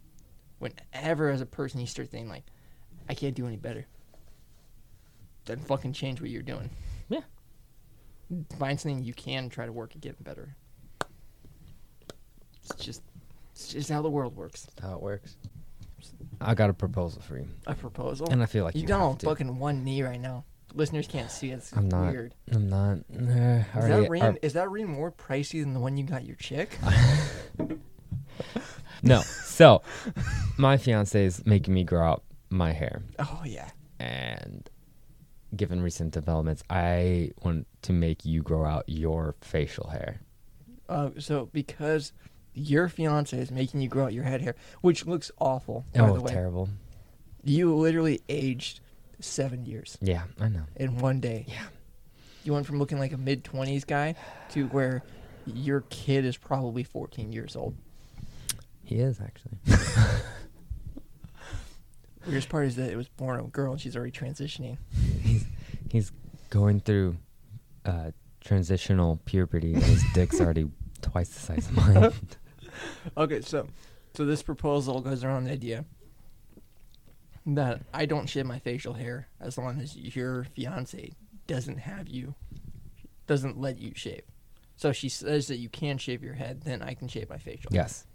Speaker 2: whenever as a person you start thinking like, I can't do any better, then fucking change what you're doing.
Speaker 1: Yeah.
Speaker 2: Find something you can try to work at getting better. It's just it's just how the world works.
Speaker 1: how it works. I got a proposal for you,
Speaker 2: A proposal.
Speaker 1: and I feel like
Speaker 2: you
Speaker 1: you,
Speaker 2: are down
Speaker 1: have
Speaker 2: on
Speaker 1: to.
Speaker 2: fucking one knee right now. Listeners can't see it. It's
Speaker 1: I'm not.
Speaker 2: weird.
Speaker 1: I'm not. eh, I
Speaker 2: Is
Speaker 1: already-
Speaker 2: that, ring,
Speaker 1: or-
Speaker 2: is that ring more pricey than the one you got your chick?
Speaker 1: no. So, my fiance is making me grow out my hair,
Speaker 2: oh yeah.
Speaker 1: and given recent developments, I want to make you grow out your facial hair.
Speaker 2: Uh, so because your fiance is making you grow out your head hair, which looks awful, by
Speaker 1: Oh,
Speaker 2: the way.
Speaker 1: terrible.
Speaker 2: You literally aged seven years
Speaker 1: Yeah, I know.
Speaker 2: in one day.
Speaker 1: Yeah.
Speaker 2: You went from looking like a mid twenties guy to where your kid is probably fourteen years old.
Speaker 1: He is actually.
Speaker 2: Weirdest part is that it was born a girl and she's already transitioning.
Speaker 1: he's he's going through uh, transitional puberty. And his dick's already twice the size of mine.
Speaker 2: Okay, so so this proposal goes around the idea that I don't shave my facial hair as long as your fiance doesn't have you doesn't let you shave. So she says that you can shave your head, then I can shave my facial.
Speaker 1: yes.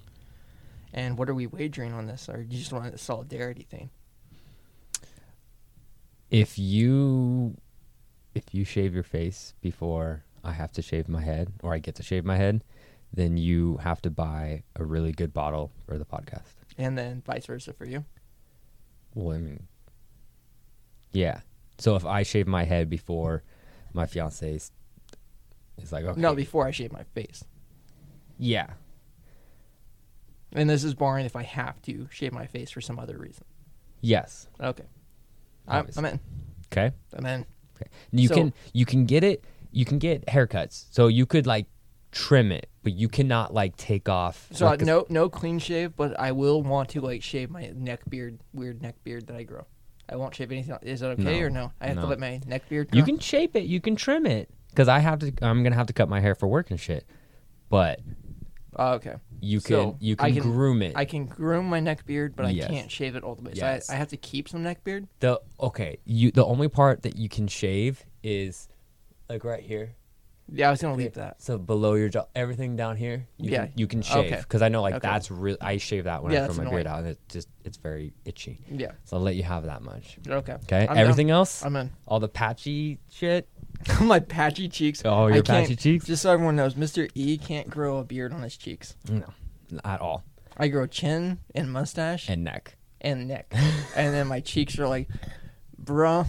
Speaker 2: And what are we wagering on this? Or do you just want a solidarity thing?
Speaker 1: If you if you shave your face before I have to shave my head, or I get to shave my head, then you have to buy a really good bottle for the podcast.
Speaker 2: And then vice versa for you.
Speaker 1: Well, I mean, yeah. So if I shave my head before my fiance's, it's like okay,
Speaker 2: No, before I shave my face.
Speaker 1: yeah,
Speaker 2: And this is barring if I have to shave my face for some other reason.
Speaker 1: yes,
Speaker 2: Okay. I'm,
Speaker 1: Obviously.
Speaker 2: I'm in.
Speaker 1: okay.
Speaker 2: I'm in.
Speaker 1: Okay. You
Speaker 2: So-
Speaker 1: can you can get it. You can get haircuts. So you could like trim it, but you cannot like take off.
Speaker 2: So
Speaker 1: like,
Speaker 2: uh,
Speaker 1: a-
Speaker 2: no, no clean shave, but I will want to like shave my neck beard, weird neck beard that I grow. I won't shave anything. Is that okay
Speaker 1: No.
Speaker 2: or no? I have
Speaker 1: No.
Speaker 2: to let my neck beard.
Speaker 1: you
Speaker 2: grow?
Speaker 1: can shape it. You can trim it. Because I have to. I'm gonna have to cut my hair for work and shit. But
Speaker 2: Oh, okay.
Speaker 1: you can
Speaker 2: So,
Speaker 1: you
Speaker 2: I
Speaker 1: can,
Speaker 2: can-
Speaker 1: groom it.
Speaker 2: I can groom my neck beard, but I
Speaker 1: Yes.
Speaker 2: can't shave it all the way. So
Speaker 1: Yes.
Speaker 2: I, I have to keep some neck beard.
Speaker 1: the okay. You the only part that you can shave is like right here.
Speaker 2: Yeah, I was gonna leave
Speaker 1: Okay,
Speaker 2: that.
Speaker 1: So below your jaw, everything down here, you
Speaker 2: Yeah.
Speaker 1: can, you can
Speaker 2: Okay.
Speaker 1: shave because I know like
Speaker 2: Okay.
Speaker 1: that's real. I shave that when
Speaker 2: Yeah,
Speaker 1: I
Speaker 2: that's
Speaker 1: throw my beard
Speaker 2: annoying.
Speaker 1: out, and it just it's very itchy.
Speaker 2: Yeah.
Speaker 1: So I'll let you have that much.
Speaker 2: Okay.
Speaker 1: Okay,
Speaker 2: I'm down.
Speaker 1: everything else,
Speaker 2: I'm in.
Speaker 1: all the patchy shit.
Speaker 2: my patchy cheeks.
Speaker 1: Oh,
Speaker 2: I
Speaker 1: your
Speaker 2: can't-
Speaker 1: patchy cheeks?
Speaker 2: Just so everyone knows, Mr. E can't grow a beard on his cheeks.
Speaker 1: No, at all.
Speaker 2: I grow chin and mustache and,
Speaker 1: And neck.
Speaker 2: neck, and then my cheeks are like, bruh,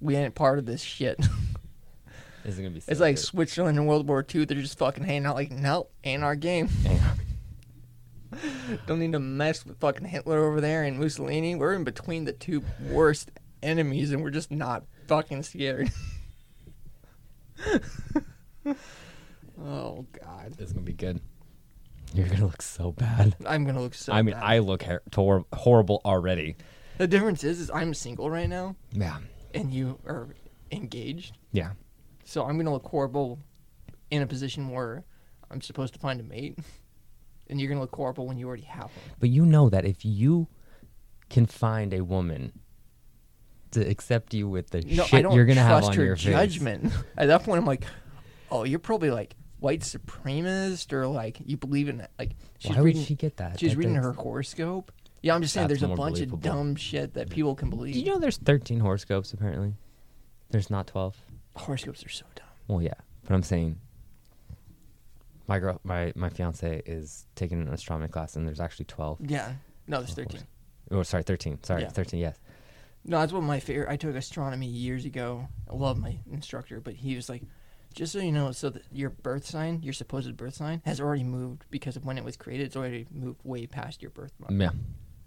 Speaker 2: we ain't part of this shit.
Speaker 1: This is gonna be. So
Speaker 2: It's like
Speaker 1: good.
Speaker 2: Switzerland in World War II. They're just fucking hanging out like, nope, ain't our game. Don't need to mess with fucking Hitler over there and Mussolini. We're in between the two worst enemies, and we're just not fucking scared. oh God,
Speaker 1: this is gonna be good. You're gonna look so bad.
Speaker 2: I'm gonna look so.
Speaker 1: I mean,
Speaker 2: bad.
Speaker 1: I look her- tor- horrible already.
Speaker 2: The difference is, is I'm single right now,
Speaker 1: Yeah,
Speaker 2: and you are engaged.
Speaker 1: yeah.
Speaker 2: So I'm gonna look horrible in a position where I'm supposed to find a mate, and you're gonna look horrible when you already have one.
Speaker 1: But you know that if you can find a woman to accept you with the
Speaker 2: no,
Speaker 1: shit
Speaker 2: I don't
Speaker 1: you're gonna
Speaker 2: trust
Speaker 1: have on
Speaker 2: her
Speaker 1: your face-
Speaker 2: judgment. At that point, I'm like, oh, you're probably like white supremacist or like you believe in that. Like she's
Speaker 1: Why would
Speaker 2: reading,
Speaker 1: she get that?
Speaker 2: she's
Speaker 1: That
Speaker 2: reading
Speaker 1: does-
Speaker 2: her horoscope. Yeah, I'm just saying,
Speaker 1: That's
Speaker 2: there's a
Speaker 1: more
Speaker 2: bunch of
Speaker 1: believable.
Speaker 2: dumb shit that people can believe.
Speaker 1: Do you know there's 13 horoscopes apparently? There's not 12.
Speaker 2: horoscopes are so dumb.
Speaker 1: Well, yeah, but I'm saying my girl, my my fiance is taking an astronomy class, and there's actually 12.
Speaker 2: Yeah, no, there's
Speaker 1: Of course.
Speaker 2: 13.
Speaker 1: Oh, sorry, 13. Sorry,
Speaker 2: Yeah.
Speaker 1: 13. Yes.
Speaker 2: No, that's what my favorite. I took astronomy years ago. I love my instructor, but he was like, just so you know, so that your birth sign, your supposed birth sign, has already moved because of when it was created. It's already moved way past your birth month.
Speaker 1: Yeah.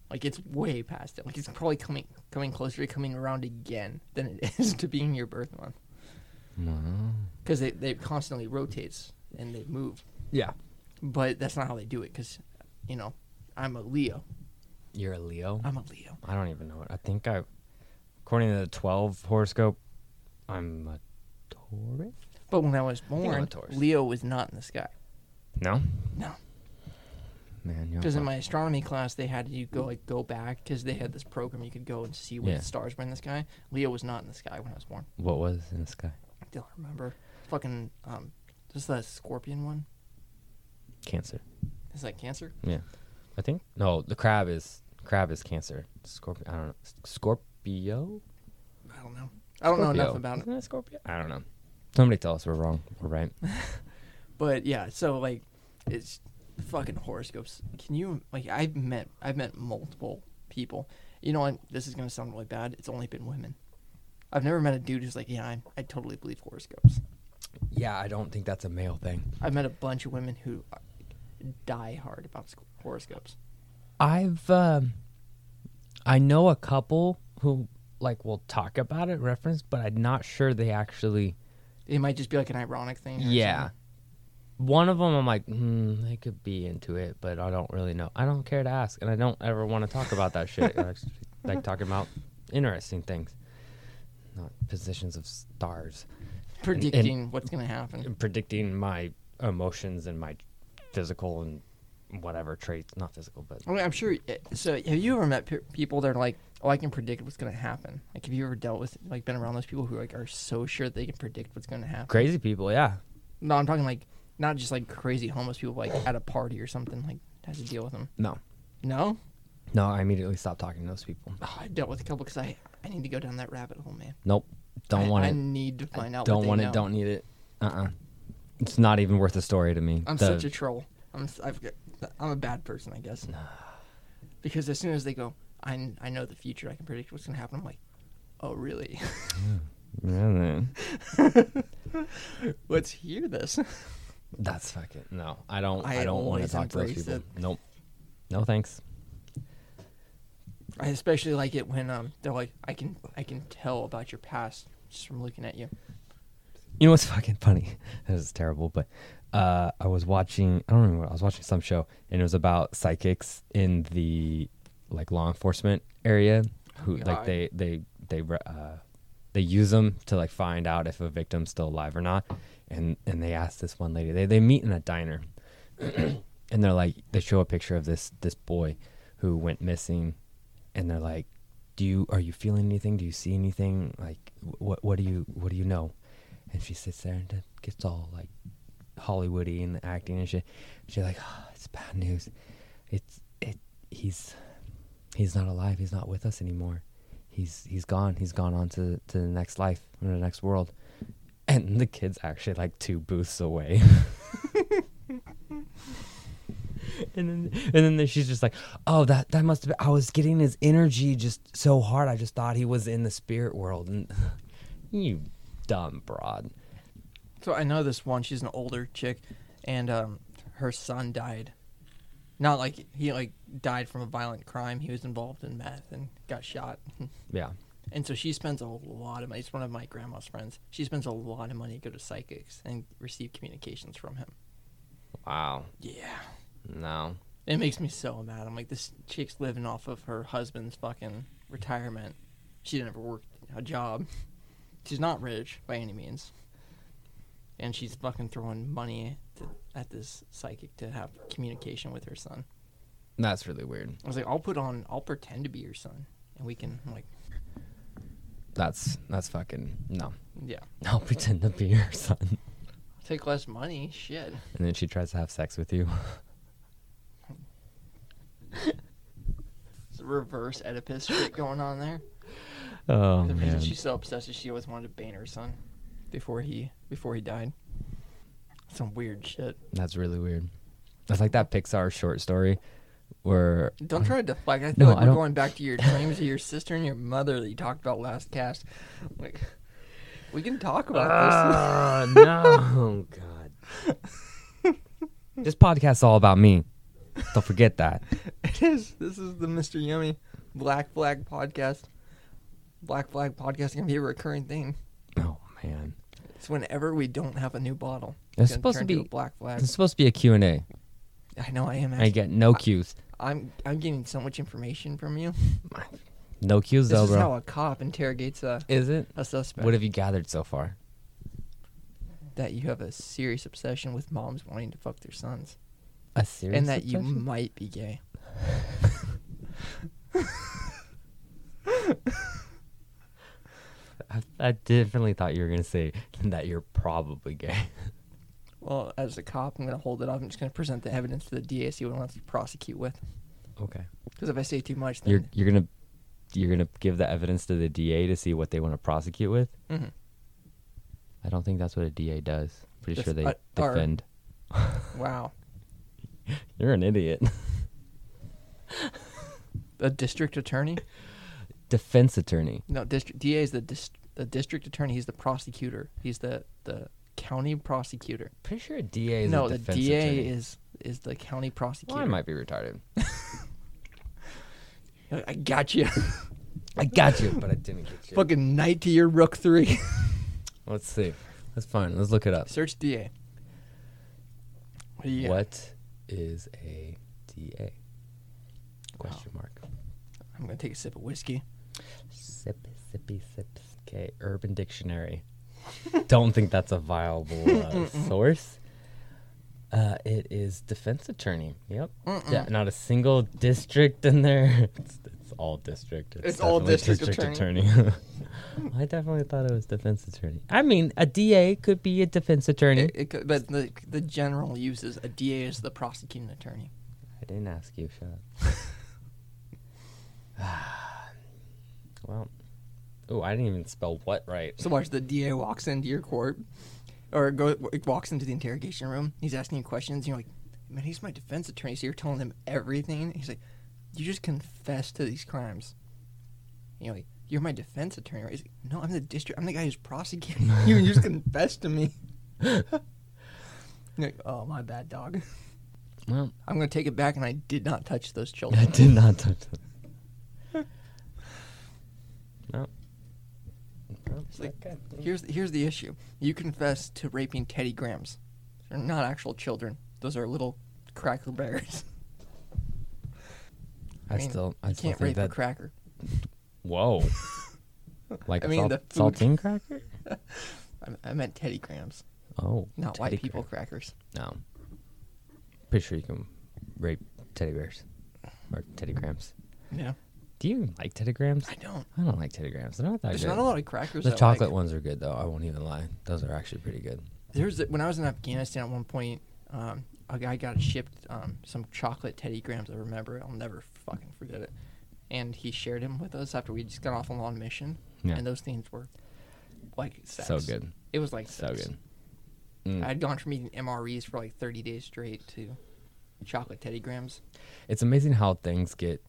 Speaker 2: Like it's way past it. Like it's probably coming coming closer to coming around again than it is to being your birth month
Speaker 1: Wow.
Speaker 2: because they they constantly rotates and they move.
Speaker 1: Yeah.
Speaker 2: But that's not how they do it because, you know, I'm a Leo.
Speaker 1: You're a Leo.
Speaker 2: I'm a Leo.
Speaker 1: I don't even know it. I think I, according to the 12 horoscope, I'm a Taurus.
Speaker 2: But when I was
Speaker 1: I'm a
Speaker 2: born,
Speaker 1: Taurus.
Speaker 2: Leo was not in the sky.
Speaker 1: No.
Speaker 2: No.
Speaker 1: Man, you're
Speaker 2: Because in
Speaker 1: fuck-
Speaker 2: my astronomy class, they had you go like go back because they had this program you could go and see what
Speaker 1: Yeah.
Speaker 2: the stars were in the sky. Leo was not in the sky when I was born.
Speaker 1: what was in the sky?
Speaker 2: I don't remember. Fucking um, just that scorpion one.
Speaker 1: Cancer.
Speaker 2: Is that cancer?
Speaker 1: Yeah, I think no. The crab is crab is cancer. Scorpio. I don't know. Scorpio.
Speaker 2: I don't know. I don't know enough
Speaker 1: Scorpio.
Speaker 2: about it.
Speaker 1: Isn't it Scorpio? I don't know. Somebody tell us we're wrong. We're right.
Speaker 2: But yeah, so like, it's fucking horoscopes. Can you like? I've met I've met multiple people. You know, what? this is gonna sound really bad. It's only been women. I've never met a dude who's like, yeah, I, I totally believe horoscopes.
Speaker 1: yeah, I don't think that's a male thing.
Speaker 2: I've met a bunch of women who are- die hard about sc- horoscopes.
Speaker 1: I've um, I know a couple who like will talk about it reference, but I'm not sure they actually.
Speaker 2: It might just be like an ironic thing. or
Speaker 1: Yeah.
Speaker 2: something.
Speaker 1: One of them, I'm like, hmm, they could be into it, but I don't really know. I don't care to ask, and I don't ever want to talk about that shit. I just like talking about interesting things, not positions of stars,
Speaker 2: predicting what's gonna happen.
Speaker 1: and predicting my emotions and my physical and whatever traits. Not physical, but
Speaker 2: I mean, I'm sure. uh, So, have you ever met pe- people that are like, "Oh, I can predict what's gonna happen"? Like, have you ever dealt with, like, been around those people who like are so sure they can predict what's gonna happen?
Speaker 1: crazy people. Yeah,
Speaker 2: No, I'm talking like not just like crazy homeless people, like at a party or something. Like, has to deal with them.
Speaker 1: no,
Speaker 2: No,
Speaker 1: no. I immediately stopped talking to those people.
Speaker 2: oh, I dealt with a couple because I I need to go down that rabbit hole, man.
Speaker 1: Nope, don't
Speaker 2: I,
Speaker 1: want
Speaker 2: I
Speaker 1: it.
Speaker 2: need to find out. what
Speaker 1: don't
Speaker 2: they
Speaker 1: want
Speaker 2: know.
Speaker 1: it. Don't need it. Uh uh It's not even worth a story to me.
Speaker 2: I'm
Speaker 1: The-
Speaker 2: such a troll. I'm s- I've, got- I'm a bad person, I guess. Because as soon as they go, I, kn- I know the future. I can predict what's gonna happen. I'm like, oh really?
Speaker 1: Really?
Speaker 2: Let's hear this.
Speaker 1: That's fucking no. I don't.
Speaker 2: I
Speaker 1: I, don't want to
Speaker 2: always
Speaker 1: talk to those
Speaker 2: embrace
Speaker 1: people. Nope. No thanks.
Speaker 2: I especially like it when um they're like, I can I can tell about your past just from looking at you.
Speaker 1: You know what's fucking funny? this is terrible, but uh, I was watching. I don't remember. I was watching some show, and it was about psychics in the like law enforcement area. Who like
Speaker 2: God.
Speaker 1: they they they re- uh, they use them to like find out if a victim's still alive or not. And and they asked this one lady. They they meet in a diner, and they're like they show a picture of this this boy who went missing, and they're like, "Do you are you feeling anything? Do you see anything? Like wh- what what do you what do you know?" And she sits there and then gets all like Hollywoody and acting and shit. She's like, oh, "It's bad news. It's it. He's he's not alive. He's not with us anymore. He's he's gone. He's gone on to to the next life, or the next world." And the kid's actually like two booths away. and then and then she's just like, "Oh, that that must have been, I was getting his energy just so hard. I just thought he was in the spirit world." And you dumb broad.
Speaker 2: So I know this one. She's an older chick, and um, her son died. Not like he like died from a violent crime. He was involved in meth and got shot.
Speaker 1: Yeah.
Speaker 2: And so she spends a lot of money. It's one of my grandma's friends. She spends a lot of money to go to psychics and receive communications from him.
Speaker 1: Wow.
Speaker 2: Yeah.
Speaker 1: No.
Speaker 2: It makes me so mad. I'm like, this chick's living off of her husband's fucking retirement. She never worked a job. She's not rich by any means. And she's fucking throwing money to, at this psychic to have communication with her son.
Speaker 1: That's really weird.
Speaker 2: I was like, I'll put on, I'll pretend to be your son. And we can, I'm like,
Speaker 1: That's that's fucking no.
Speaker 2: yeah,
Speaker 1: I'll pretend to be your son.
Speaker 2: take less money. Shit.
Speaker 1: And then she tries to have sex with you.
Speaker 2: It's a reverse Oedipus shit going on there.
Speaker 1: Oh
Speaker 2: the reason
Speaker 1: man.
Speaker 2: she's so obsessed is she always wanted to bane her son before he before he died. Some weird shit.
Speaker 1: That's really weird. That's like that Pixar short story where
Speaker 2: Don't try to deflect. I feel
Speaker 1: Uh, No,
Speaker 2: like
Speaker 1: I
Speaker 2: we're
Speaker 1: don't-
Speaker 2: going back to your dreams of your sister and your mother that you talked about last cast. Like, we can talk about
Speaker 1: Oh no, God! this podcast's all about me. Don't forget that.
Speaker 2: this. it is. This is the Mr. Yummy Black Flag podcast. Black Flag podcast is gonna be a recurring thing.
Speaker 1: Oh man,
Speaker 2: It's whenever we don't have a new bottle.
Speaker 1: It's
Speaker 2: gonna
Speaker 1: supposed
Speaker 2: turn
Speaker 1: to
Speaker 2: into
Speaker 1: be-
Speaker 2: a Black Flag.
Speaker 1: it's supposed to be a Q and A.
Speaker 2: I know I am.
Speaker 1: I
Speaker 2: Asking.
Speaker 1: get no cues,
Speaker 2: I'm I'm getting so much information from you.
Speaker 1: no cues
Speaker 2: This
Speaker 1: though,
Speaker 2: is
Speaker 1: bro.
Speaker 2: how a cop interrogates a,
Speaker 1: is it?
Speaker 2: a suspect.
Speaker 1: What have you gathered so far?
Speaker 2: that you have a serious obsession with moms wanting to fuck their sons,
Speaker 1: A serious
Speaker 2: and that you
Speaker 1: obsession?
Speaker 2: might be gay.
Speaker 1: I, I definitely thought you were gonna say that you're probably gay.
Speaker 2: Well, as a cop, I'm going to hold it up. I'm just going to present the evidence to the DA, see what I want to prosecute with.
Speaker 1: Okay.
Speaker 2: Because if I say too much,
Speaker 1: You're
Speaker 2: then
Speaker 1: you're gonna you're gonna give the evidence to the DA to see what they want to prosecute with.
Speaker 2: Mhm.
Speaker 1: I don't think that's what a DA does. Pretty
Speaker 2: Def-
Speaker 1: sure they
Speaker 2: uh, or-
Speaker 1: defend.
Speaker 2: mm-hmm. wow,
Speaker 1: You're an idiot.
Speaker 2: a district attorney?
Speaker 1: Defense attorney.
Speaker 2: No, district DA is the dis- the district attorney. He's the prosecutor. He's the the county prosecutor.
Speaker 1: Pretty sure a DA is
Speaker 2: no,
Speaker 1: a
Speaker 2: the
Speaker 1: defense
Speaker 2: DA
Speaker 1: attorney.
Speaker 2: is is the county prosecutor.
Speaker 1: Well, I might be retarded.
Speaker 2: I I got you.
Speaker 1: I got you, but I didn't get you.
Speaker 2: Fucking knight to your rook three.
Speaker 1: Let's see. That's fine. Let's look it up.
Speaker 2: Search DA. What? do you got?
Speaker 1: What is a DA? Question mark.
Speaker 2: I'm gonna take a sip of whiskey.
Speaker 1: Sip, sippy, sips. Okay, Urban Dictionary. Don't think that's a viable uh, source. Uh, it is defense attorney. Yep. Yeah, not a single district in there. It's, it's all district.
Speaker 2: It's all
Speaker 1: definitely
Speaker 2: district
Speaker 1: attorney. I definitely thought it was defense attorney. I mean, a DA could be a defense attorney.
Speaker 2: It, it, could- but the the general use is a DA is the prosecuting attorney.
Speaker 1: I didn't ask you. Shut up. well, oh, I didn't even spell what right.
Speaker 2: So watch the DA walks into your court, or go walks into the interrogation room. He's asking you questions. And you're like, man, he's my defense attorney. So you're telling him everything. He's like, you just confessed to these crimes. You know, like, you're my defense attorney. Right? He's like, no, I'm the district. I'm the guy who's prosecuting you. and You just confessed to me. You're like, oh my bad, dog.
Speaker 1: Well,
Speaker 2: I'm gonna take it back, and I did not touch those
Speaker 1: I
Speaker 2: children.
Speaker 1: did not touch that. no.
Speaker 2: It's like, here's here's the issue. You confess to raping Teddy Grahams. They're not actual children. Those are little cracker bears.
Speaker 1: I
Speaker 2: mean,
Speaker 1: still, I
Speaker 2: you
Speaker 1: still
Speaker 2: can't
Speaker 1: think
Speaker 2: rape a
Speaker 1: that.
Speaker 2: cracker.
Speaker 1: Whoa. Like
Speaker 2: I
Speaker 1: a
Speaker 2: mean,
Speaker 1: salt,
Speaker 2: the food-
Speaker 1: saltine cracker?
Speaker 2: I, I meant Teddy Grahams,
Speaker 1: Oh,
Speaker 2: not
Speaker 1: teddy
Speaker 2: white people
Speaker 1: cracker.
Speaker 2: crackers.
Speaker 1: No. Um, Pretty sure you can rape teddy bears or teddy grams.
Speaker 2: Yeah,
Speaker 1: Do you even like teddy grams?
Speaker 2: I don't.
Speaker 1: I don't like Teddy Grahams. They're not that
Speaker 2: There's
Speaker 1: good.
Speaker 2: not a lot of crackers.
Speaker 1: the
Speaker 2: that I
Speaker 1: chocolate
Speaker 2: like.
Speaker 1: ones are good though. I won't even lie. Those are actually pretty good.
Speaker 2: There's when I was in Afghanistan at one point, um, a guy got shipped um, some chocolate Teddy Grahams. I remember. it. I'll never fucking forget it. And he shared him with us after we just got off a long mission.
Speaker 1: Yeah.
Speaker 2: And those things were like sex.
Speaker 1: So good.
Speaker 2: It was like
Speaker 1: So
Speaker 2: sex.
Speaker 1: good. Mm.
Speaker 2: I'd gone from eating MREs for like 30 days straight to chocolate Teddy Grahams.
Speaker 1: It's amazing how things get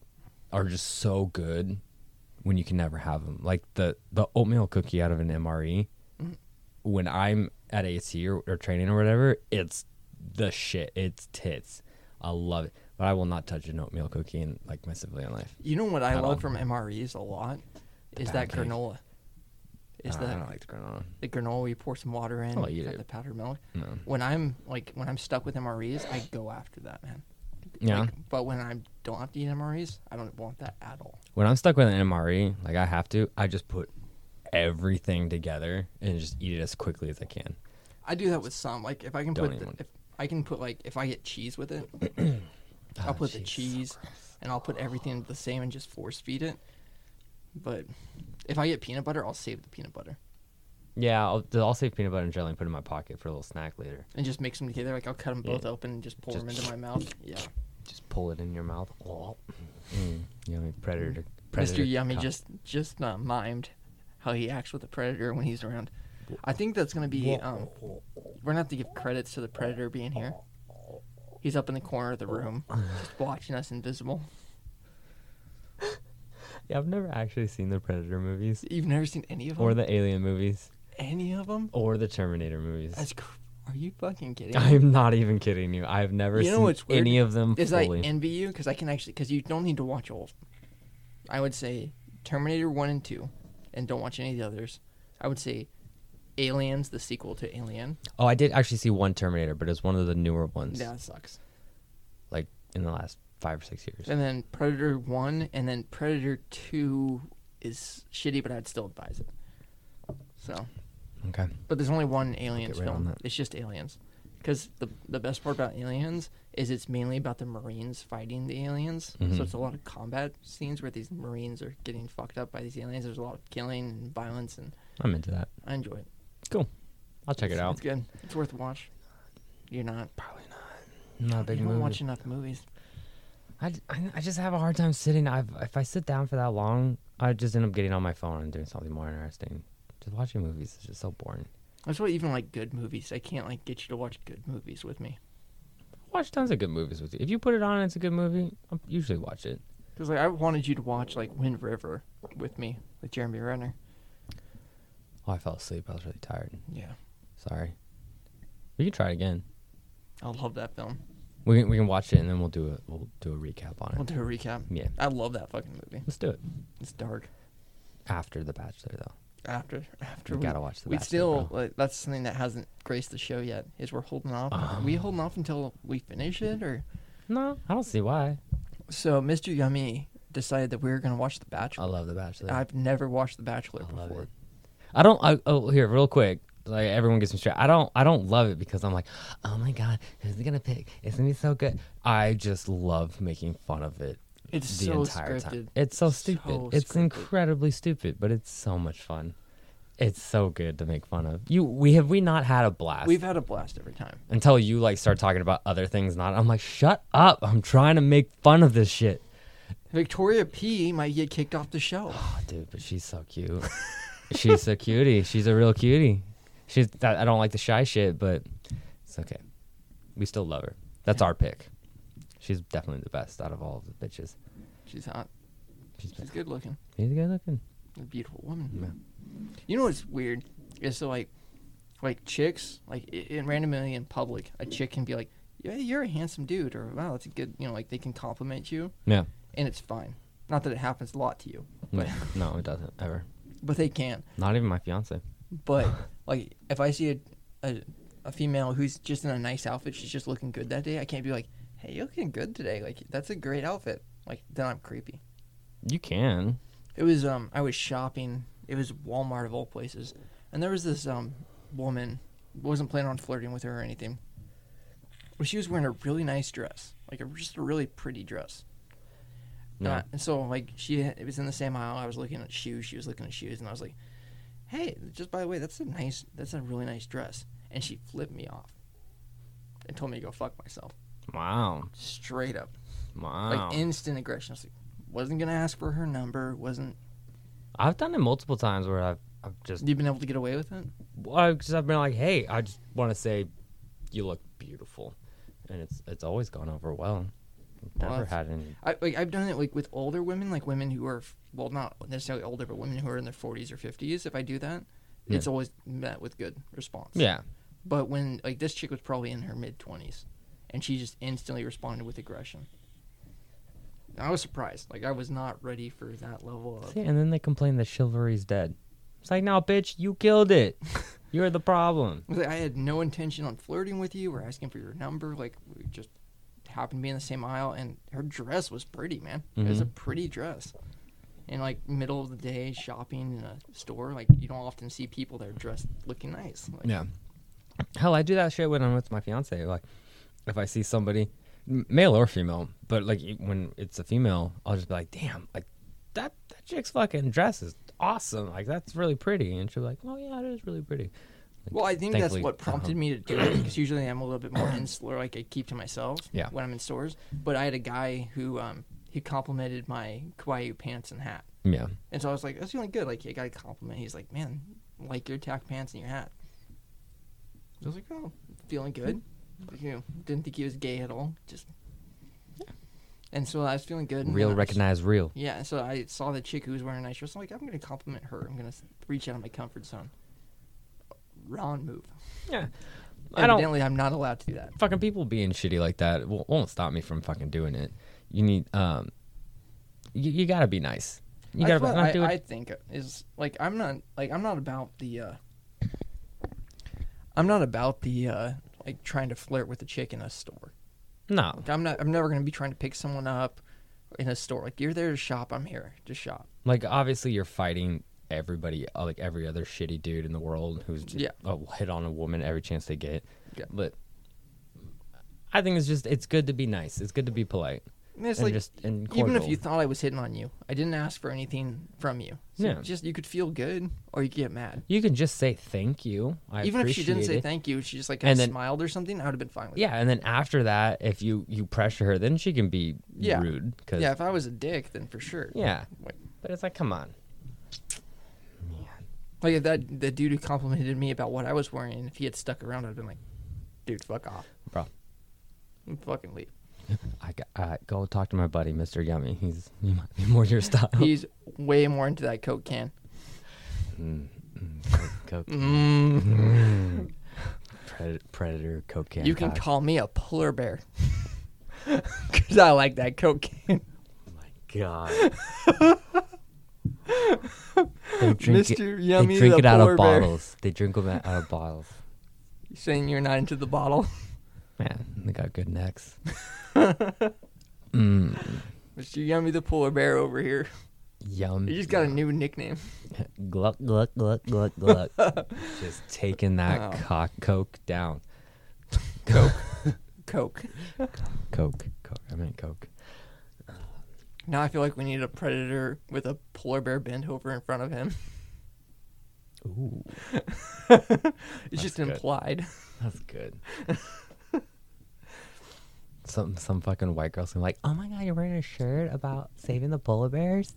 Speaker 1: are just so good when you can never have them. Like the the oatmeal cookie out of an MRE.
Speaker 2: Mm-hmm.
Speaker 1: When I'm at ASC or, or training or whatever, it's the shit. It's tits. I love it. But I will not touch an oatmeal cookie in like my civilian life.
Speaker 2: You know what I
Speaker 1: Not
Speaker 2: love
Speaker 1: on.
Speaker 2: from MREs a lot is that
Speaker 1: pancake.
Speaker 2: granola. Is
Speaker 1: Uh, I
Speaker 2: that
Speaker 1: don't Oh, like the granola.
Speaker 2: the granola where you pour some water in,
Speaker 1: I'll eat
Speaker 2: got
Speaker 1: it.
Speaker 2: the powdered milk.
Speaker 1: No.
Speaker 2: When I'm like when I'm stuck with MREs, I go after that, man.
Speaker 1: Yeah.
Speaker 2: Like, but when I don't have to eat MREs, I don't want that at all.
Speaker 1: when I'm stuck with an MRE, like I have to, I just put everything together and just eat it as quickly as I can.
Speaker 2: I do that with some. Like if I can
Speaker 1: Don't
Speaker 2: put the,
Speaker 1: even.
Speaker 2: if I can put like if I get cheese with it,
Speaker 1: Oh,
Speaker 2: I'll put the
Speaker 1: jeez.
Speaker 2: cheese and I'll put everything the same and just force feed it. But if I get peanut butter, I'll save the peanut butter
Speaker 1: Yeah, I'll, I'll save peanut butter and jelly and put it in my pocket for a little snack later.
Speaker 2: and just mix them together. Like I'll cut them both open and just pour
Speaker 1: Just-
Speaker 2: them into my mouth. Yeah.
Speaker 1: Just pull it in your mouth. Oh. Mm, yummy predator. predator
Speaker 2: Mr. Yummy
Speaker 1: cup.
Speaker 2: just just uh, mimed how he acts with the predator when he's around. I think that's gonna be. Um, we're gonna have to give credits to the predator being here. He's up in the corner of the room, just watching us invisible.
Speaker 1: Yeah, I've never actually seen the Predator movies
Speaker 2: You've never seen any of them.
Speaker 1: or the Alien movies
Speaker 2: any of them?
Speaker 1: or the Terminator movies.
Speaker 2: That's cr- are you fucking kidding? me?
Speaker 1: I'm not even kidding you. I've never
Speaker 2: You know
Speaker 1: seen
Speaker 2: what's weird?
Speaker 1: any of them
Speaker 2: Is I
Speaker 1: fully.
Speaker 2: envy you because I can actually because you don't need to watch all. of 'em. I would say Terminator one and two, and don't watch any of the others. I would say Aliens, the sequel to Alien.
Speaker 1: oh, I did actually see one Terminator, but it's one of the newer ones,
Speaker 2: Yeah, that sucks.
Speaker 1: like in the last five or six years.
Speaker 2: And then Predator one, and then Predator two is shitty, but I'd still advise it. So,
Speaker 1: Okay.
Speaker 2: but there's only one Aliens
Speaker 1: right on
Speaker 2: film.
Speaker 1: that.
Speaker 2: It's just Aliens, because the the best part about Aliens is it's mainly about the Marines fighting the aliens.
Speaker 1: Mhm.
Speaker 2: So it's a lot of combat scenes where these Marines are getting fucked up by these aliens. There's a lot of killing and violence, and
Speaker 1: I'm into that.
Speaker 2: I enjoy it.
Speaker 1: I'll check it
Speaker 2: It's-
Speaker 1: out.
Speaker 2: It's good. It's worth a watch. You're not.
Speaker 1: Probably not. not a big
Speaker 2: you don't
Speaker 1: movie.
Speaker 2: watch enough movies.
Speaker 1: I, I, I just have a hard time sitting. I've, if I sit down for that long, I just end up getting on my phone and doing something more interesting. Just watching movies is just so boring.
Speaker 2: That's why even like good movies, I can't like get you to watch good movies with me.
Speaker 1: Watch tons of good movies with you. If you put it on, and it's a good movie. I usually watch it.
Speaker 2: Cause like I wanted you to watch like Wind River with me with Jeremy Renner.
Speaker 1: Oh, I fell asleep. I was really tired.
Speaker 2: Yeah,
Speaker 1: Sorry. We can try it again.
Speaker 2: I love that film.
Speaker 1: We can, we can watch it and then we'll do a we'll do a recap on it.
Speaker 2: We'll do a recap.
Speaker 1: yeah,
Speaker 2: I love that fucking movie.
Speaker 1: let's do it
Speaker 2: It's dark.
Speaker 1: after The Bachelor though.
Speaker 2: After after
Speaker 1: We
Speaker 2: we,
Speaker 1: gotta watch The
Speaker 2: we
Speaker 1: Bachelor.
Speaker 2: still
Speaker 1: bro.
Speaker 2: like, that's something that hasn't graced the show yet. Is we're holding off?
Speaker 1: Um.
Speaker 2: Are we holding off until we finish it, or
Speaker 1: no, I don't see why.
Speaker 2: so? Mr. Yummy decided that we were gonna watch The
Speaker 1: I
Speaker 2: Bachelor.
Speaker 1: love The Bachelor.
Speaker 2: I've never watched The Bachelor
Speaker 1: I love
Speaker 2: before.
Speaker 1: it. I don't. I, oh, here, real quick. Like everyone gets me straight. I don't. I don't love it because I'm like, oh my god, who's he gonna pick? It's gonna be so good. I just love making fun of it
Speaker 2: It's
Speaker 1: the
Speaker 2: so
Speaker 1: entire
Speaker 2: scripted.
Speaker 1: time. It's so stupid.
Speaker 2: So
Speaker 1: it's
Speaker 2: scripted.
Speaker 1: incredibly stupid, but it's so much fun. It's so good to make fun of. You, we have we not had a blast
Speaker 2: We've had a blast every time.
Speaker 1: until you like start talking about other things. Not. I'm like, shut up. I'm trying to make fun of this shit.
Speaker 2: Victoria P might get kicked off the show.
Speaker 1: Oh, dude, but she's so cute. she's a cutie. She's a real cutie. She's. I I don't like the shy shit, but it's okay. We still love her. That's our pick. She's definitely the best out of all the bitches.
Speaker 2: She's hot.
Speaker 1: She's,
Speaker 2: She's good looking.
Speaker 1: she's good looking.
Speaker 2: A beautiful woman. You know what's weird? Is so like, like chicks, like i- in randomly in public, a chick can be like, "Yeah, you're a handsome dude," or "Wow, that's a good," you know, like they can compliment you,
Speaker 1: Yeah.
Speaker 2: and it's fine. Not that it happens a lot to you,
Speaker 1: No, no, it doesn't ever.
Speaker 2: but they can.
Speaker 1: Not even my fiance.
Speaker 2: But like, if I see a, a a female who's just in a nice outfit, she's just looking good that day. I can't be like, "Hey, you're looking good today. Like, that's a great outfit." Like, then I'm creepy.
Speaker 1: You can.
Speaker 2: It was um I was shopping. It was Walmart of all places, and there was this um woman. wasn't planning on flirting with her or anything, but she was wearing a really nice dress, like a, just a really pretty dress. And,
Speaker 1: Yeah.
Speaker 2: I- and so like she it was in the same aisle. I was looking at shoes. She was looking at shoes, and I was like, "Hey, just by the way, that's a nice. That's a really nice dress." And she flipped me off. And told me to go fuck myself.
Speaker 1: Wow.
Speaker 2: Straight up.
Speaker 1: Wow.
Speaker 2: Like instant aggression. I was like, wasn't going to ask for her number. Wasn't.
Speaker 1: I've done it multiple times where I've, I've just,
Speaker 2: You've been able to get away with it?
Speaker 1: well, I've, just, I've been like, hey, I just want to say, you look beautiful, and it's it's always gone over well. I've
Speaker 2: Well,
Speaker 1: Never
Speaker 2: that's-
Speaker 1: had any.
Speaker 2: I, like, I've done it like with older women, like women who are well, not necessarily older, but women who are in their forties or fifties. If I do that,
Speaker 1: Yeah.
Speaker 2: it's always met with good response.
Speaker 1: Yeah.
Speaker 2: But when like this chick was probably in her mid twenties, and she just instantly responded with aggression. And I was surprised. Like I was not ready for that level of.
Speaker 1: See, and then they complain that chivalry's dead. It's like, no, bitch, you killed it. You're the problem.
Speaker 2: I was like, I had no intention on flirting with you or asking for your number. Like we just happened to be in the same aisle, and her dress was pretty, man. It was a
Speaker 1: Mm-hmm.
Speaker 2: pretty dress. And like middle of the day shopping in a store, like you don't often see people that are dressed looking nice. Like,
Speaker 1: Yeah. Hell, I do that shit when I'm with my fiance. Like, if I see somebody, m- male or female, but like e- when it's a female, I'll just be like, damn, like that that chick's fucking dress is awesome. Like that's really pretty. And she'll be like, oh yeah, it is really pretty.
Speaker 2: Well, I think
Speaker 1: Thankfully,
Speaker 2: that's what prompted
Speaker 1: uh-huh.
Speaker 2: me to do it because usually I'm a little bit more insular, like I keep to myself
Speaker 1: Yeah.
Speaker 2: when I'm in stores. But I had a guy who um, he complimented my kawaii pants and hat.
Speaker 1: Yeah.
Speaker 2: And so I was like, that's feeling good. Like, I got a compliment. He's like, man, like your tack pants and your hat. I was like, oh, feeling good.
Speaker 1: Mm-hmm.
Speaker 2: You know, didn't think he was gay at all. Just. And so I was feeling good. and
Speaker 1: Real
Speaker 2: then I was-
Speaker 1: recognize real.
Speaker 2: Yeah, so I saw the chick who was wearing a nice dress. I'm like, I'm going to compliment her. I'm going to reach out of my comfort zone. Wrong move.
Speaker 1: Yeah. I don't
Speaker 2: Evidently, I'm not allowed to do that.
Speaker 1: fucking people being shitty like that won't, won't stop me from fucking doing it. You need um, you, you gotta be nice. You
Speaker 2: That's
Speaker 1: gotta
Speaker 2: what
Speaker 1: not
Speaker 2: I,
Speaker 1: do it.
Speaker 2: I think is like I'm not like I'm not about the uh I'm not about the uh like trying to flirt with a chick in a store.
Speaker 1: no,
Speaker 2: Like, I'm not I'm never gonna be trying to pick someone up in a store. Like you're there to shop, I'm here to shop.
Speaker 1: like obviously you're fighting everybody, uh, like every other shitty dude in the world who's just
Speaker 2: Yeah.
Speaker 1: uh, will hit on a woman every chance they get.
Speaker 2: Yeah.
Speaker 1: But I think it's just it's good to be nice. It's good to be polite.
Speaker 2: And it's
Speaker 1: and
Speaker 2: like,
Speaker 1: just and
Speaker 2: even if
Speaker 1: cordial.
Speaker 2: you thought I was hitting on you, I didn't ask for anything from you. So
Speaker 1: Yeah.
Speaker 2: Just you could feel good or you could get mad.
Speaker 1: you can just say thank you. I
Speaker 2: even if she didn't
Speaker 1: appreciate
Speaker 2: say
Speaker 1: it.
Speaker 2: thank you, she just like
Speaker 1: And
Speaker 2: kind of
Speaker 1: then-
Speaker 2: smiled or something. I would have been fine with
Speaker 1: Yeah, and then after that, if you you pressure her, then she can be
Speaker 2: Yeah.
Speaker 1: rude.
Speaker 2: it.
Speaker 1: Cause,
Speaker 2: Yeah. If I was a dick, then for sure.
Speaker 1: yeah.
Speaker 2: Wait.
Speaker 1: But it's like, come on.
Speaker 2: Like if that the dude who complimented me about what I was wearing, if he had stuck around, I'd have been like, dude, fuck off,
Speaker 1: Bro.
Speaker 2: And fucking leave.
Speaker 1: I got, uh, go talk to my buddy, Mr. Yummy. He's he might be more your style.
Speaker 2: He's way more into that coke can.
Speaker 1: Mm, mm, coke- coke, Mm-hmm.
Speaker 2: Mm,
Speaker 1: predator, predator, coke can.
Speaker 2: you can
Speaker 1: cock.
Speaker 2: call me a polar bear because I like that coke can.
Speaker 1: Oh my god. they drink it.
Speaker 2: Mr.
Speaker 1: They
Speaker 2: Yummy,
Speaker 1: drink
Speaker 2: the
Speaker 1: it out
Speaker 2: polar
Speaker 1: of
Speaker 2: bear.
Speaker 1: bottles. They drink them out of bottles.
Speaker 2: You saying you're not into the bottle,
Speaker 1: Man, they got good necks. mm,
Speaker 2: Mr. Yummy, the polar bear over here.
Speaker 1: yum.
Speaker 2: You just got a new nickname.
Speaker 1: gluck gluck gluck gluck gluck. just taking that
Speaker 2: Oh.
Speaker 1: cock coke down.
Speaker 2: Coke.
Speaker 1: Coke, coke. I meant coke.
Speaker 2: Now I feel like we need a predator with a polar bear bent over in front of him.
Speaker 1: Ooh,
Speaker 2: It's just
Speaker 1: good.
Speaker 2: implied.
Speaker 1: that's good. some some fucking white girl's gonna be like, oh my god, you're wearing a shirt about saving the polar bears.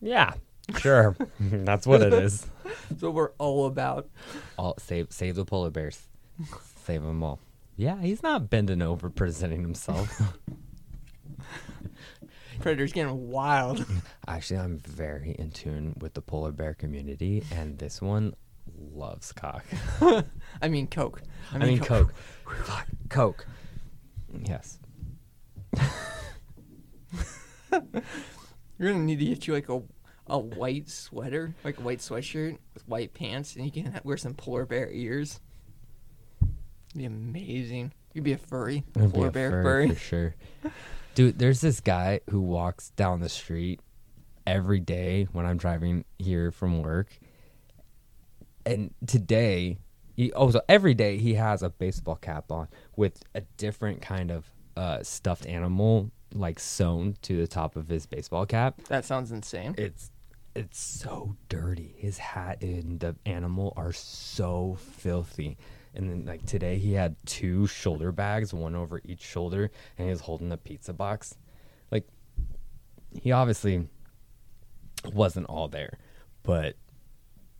Speaker 1: Yeah, sure. that's what it is.
Speaker 2: That's what we're all about.
Speaker 1: All save save the polar bears, save them all. Yeah, he's not bending over presenting himself.
Speaker 2: Predator's getting wild.
Speaker 1: Actually, I'm very in tune with the polar bear community, and this one loves cock.
Speaker 2: I mean, Coke.
Speaker 1: I mean, Coke. Fuck, Coke. Yes.
Speaker 2: You're gonna need to get you like a a white sweater, like a white sweatshirt with white pants, and you can ha- wear some polar bear ears. Be amazing. You'd be a furry,
Speaker 1: It'd be
Speaker 2: polar
Speaker 1: a
Speaker 2: bear
Speaker 1: fur
Speaker 2: furry.
Speaker 1: for sure. Dude, there's this guy who walks down the street every day when I'm driving here from work, and today, he also every day he has a baseball cap on with a different kind of uh, stuffed animal like sewn to the top of his baseball cap.
Speaker 2: That sounds insane.
Speaker 1: it's it's so dirty. His hat and the animal are so filthy. And then like today he had two shoulder bags, one over each shoulder, and he was holding a pizza box. Like he obviously wasn't all there, but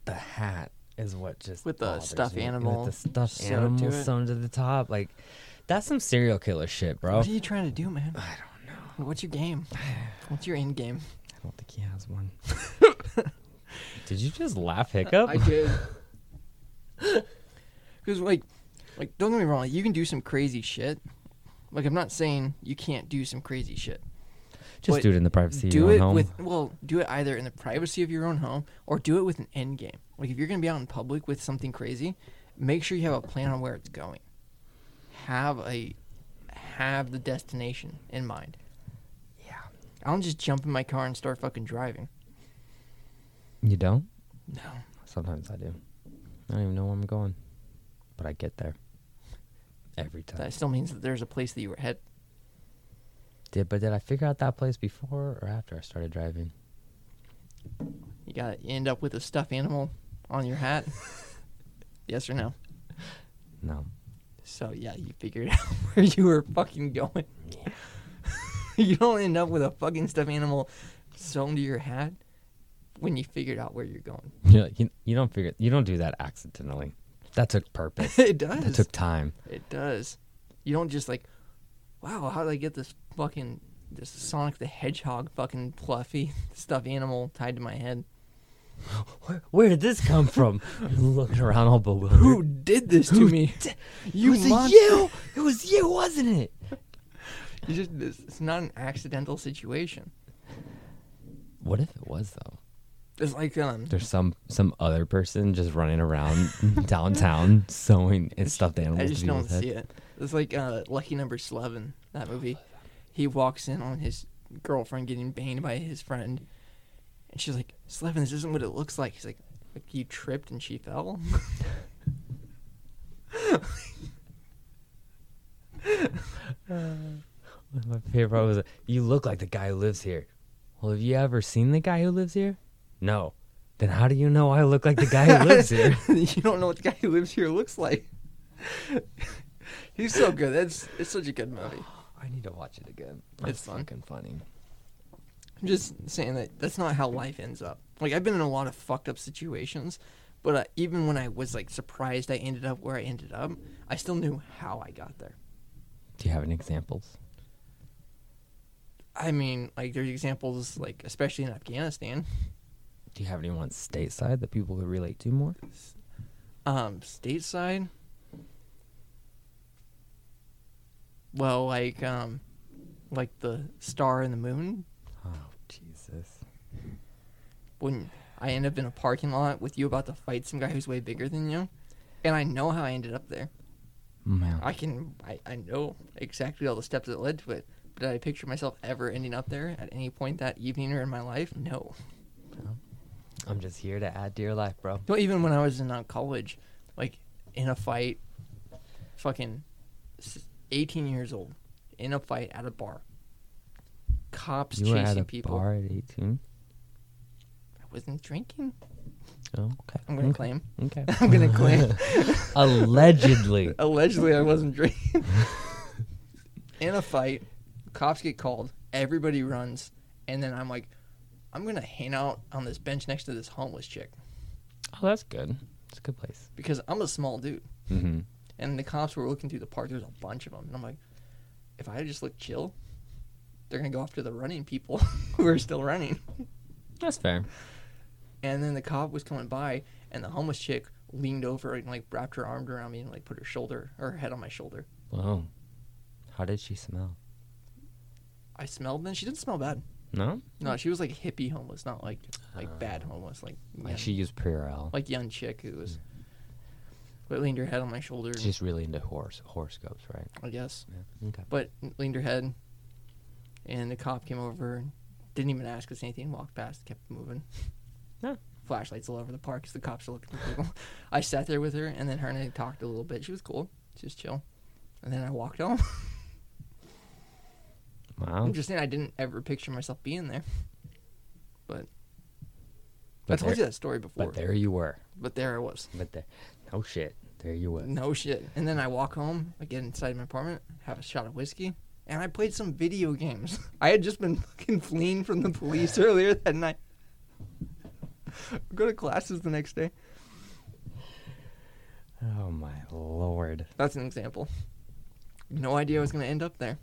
Speaker 1: the hat is what just
Speaker 2: With the
Speaker 1: bothers
Speaker 2: stuffed
Speaker 1: me.
Speaker 2: animal
Speaker 1: with the stuffed
Speaker 2: sewn to
Speaker 1: animal
Speaker 2: it.
Speaker 1: sewn to the top, like that's some serial killer shit, bro.
Speaker 2: What are you trying to do, man? I don't know. What's your game? What's your end game?
Speaker 1: I don't think he has one. Did you just laugh hiccup?
Speaker 2: I did. Because like, like don't get me wrong, you can do some crazy shit. Like I'm not saying you can't do some crazy shit.
Speaker 1: Just
Speaker 2: But
Speaker 1: do it in the privacy of
Speaker 2: do
Speaker 1: your own
Speaker 2: it
Speaker 1: home.
Speaker 2: with well, do it either in the privacy of your own home or do it with an end game. Like if you're gonna be out in public with something crazy, make sure you have a plan on where it's going. Have a have the destination in mind.
Speaker 1: Yeah.
Speaker 2: I don't just jump in my car and start fucking driving.
Speaker 1: You don't?
Speaker 2: No.
Speaker 1: Sometimes I do. I don't even know where I'm going, but I get there every time.
Speaker 2: That still means that there's a place that you were head
Speaker 1: Did but did I figure out that place before or after I started driving?
Speaker 2: You gotta end up with a stuffed animal on your hat. yes or no?
Speaker 1: No.
Speaker 2: So yeah, you figured out where you were fucking going. you don't end up with a fucking stuffed animal sewn to your hat when you figured out where you're going.
Speaker 1: You're like, you you don't figure you don't do that accidentally. That took purpose.
Speaker 2: it
Speaker 1: that
Speaker 2: does.
Speaker 1: took time.
Speaker 2: it does. You don't just like, wow, how did I get this fucking this Sonic the Hedgehog fucking fluffy stuffed animal tied to my head?
Speaker 1: Where, where did this come from? Looking around all bewildered.
Speaker 2: Who did this to me?
Speaker 1: You was it you? It was you, wasn't it?
Speaker 2: You just, this, it's not an accidental situation.
Speaker 1: What if it was though?
Speaker 2: It's like um,
Speaker 1: There's some some other person just running around downtown sewing and stuffed animals.
Speaker 2: I
Speaker 1: to
Speaker 2: just
Speaker 1: people's
Speaker 2: don't see
Speaker 1: heads.
Speaker 2: it. It's like uh, Lucky Number Eleven, that movie. He walks in on his girlfriend getting banged by his friend, and she's like, "Slevin, this isn't what it looks like." He's like, "Like you tripped and she fell."
Speaker 1: My favorite part was, "You look like the guy who lives here." Well, have you ever seen the guy who lives here? No. Then how do you know I look like the guy who lives here?
Speaker 2: you don't know what the guy who lives here looks like. He's so good. It's it's such a good movie.
Speaker 1: I need to watch it again.
Speaker 2: It's fun.
Speaker 1: fucking funny.
Speaker 2: I'm just saying that that's not how life ends up. Like I've been in a lot of fucked up situations, but uh, even when I was like surprised I ended up where I ended up, I still knew how I got there.
Speaker 1: Do you have any examples?
Speaker 2: I mean, like there's examples like especially in Afghanistan,
Speaker 1: Do you have anyone stateside that people could relate to more?
Speaker 2: um, stateside. Well, like um, like the star and the moon.
Speaker 1: Oh Jesus!
Speaker 2: When I end up in a parking lot with you about to fight some guy who's way bigger than you, and I know how I ended up there.
Speaker 1: Man,
Speaker 2: I can I, I know exactly all the steps that led to it. But did I picture myself ever ending up there at any point that evening or in my life? No.
Speaker 1: I'm just here to add to your life, bro.
Speaker 2: No, even when I was in uh, college, like in a fight, fucking s- 18 years old, in a fight at a bar. Cops
Speaker 1: you were
Speaker 2: chasing
Speaker 1: at a
Speaker 2: people.
Speaker 1: bar at 18.
Speaker 2: I wasn't drinking.
Speaker 1: Oh, okay.
Speaker 2: I'm gonna
Speaker 1: okay.
Speaker 2: claim.
Speaker 1: Okay.
Speaker 2: I'm gonna claim.
Speaker 1: Allegedly.
Speaker 2: Allegedly, I wasn't drinking. in a fight, cops get called, everybody runs, and then I'm like, I'm gonna hang out on this bench next to this homeless chick
Speaker 1: Oh, that's good. It's a good place.
Speaker 2: because I'm a small dude.
Speaker 1: Mm-hmm.
Speaker 2: And the cops were looking through the park. There's a bunch of them, and I'm like, if I just look chill, they're gonna go after the running people who are still running.
Speaker 1: That's fair.
Speaker 2: And then the cop was coming by, and the homeless chick leaned over and like wrapped her arm around me and like put her shoulder or her head on my shoulder.
Speaker 1: Whoa. How did she smell?
Speaker 2: I smelled then. She didn't smell bad.
Speaker 1: No?
Speaker 2: No, she was like hippie homeless, not like like bad homeless, like young,
Speaker 1: Ah. Like she Hmm. used Purell.
Speaker 2: like young chick who was. But leaned her head on my shoulder,
Speaker 1: She's just really into horse horoscopes, right?
Speaker 2: I guess.
Speaker 1: Yeah. Okay.
Speaker 2: But leaned her head, and the cop came over, and didn't even ask us anything. Walked past, kept moving.
Speaker 1: Huh.
Speaker 2: Flashlights all over the park because the cops are looking for people. I sat there with her, and then her and I talked a little bit. She was cool, she was chill. And then I walked home.
Speaker 1: Wow.
Speaker 2: I'm just saying, I didn't ever picture myself being there. But,
Speaker 1: But
Speaker 2: I told
Speaker 1: there-
Speaker 2: you that story before.
Speaker 1: But there you were.
Speaker 2: but there I was.
Speaker 1: But there. Oh shit. There you were.
Speaker 2: No shit. And then I walk home, I get inside my apartment, have a shot of whiskey, and I played some video games. I had just been fucking fleeing from the police earlier that night. Go to classes the next day.
Speaker 1: Oh my lord.
Speaker 2: That's an example. No idea I was going to end up there,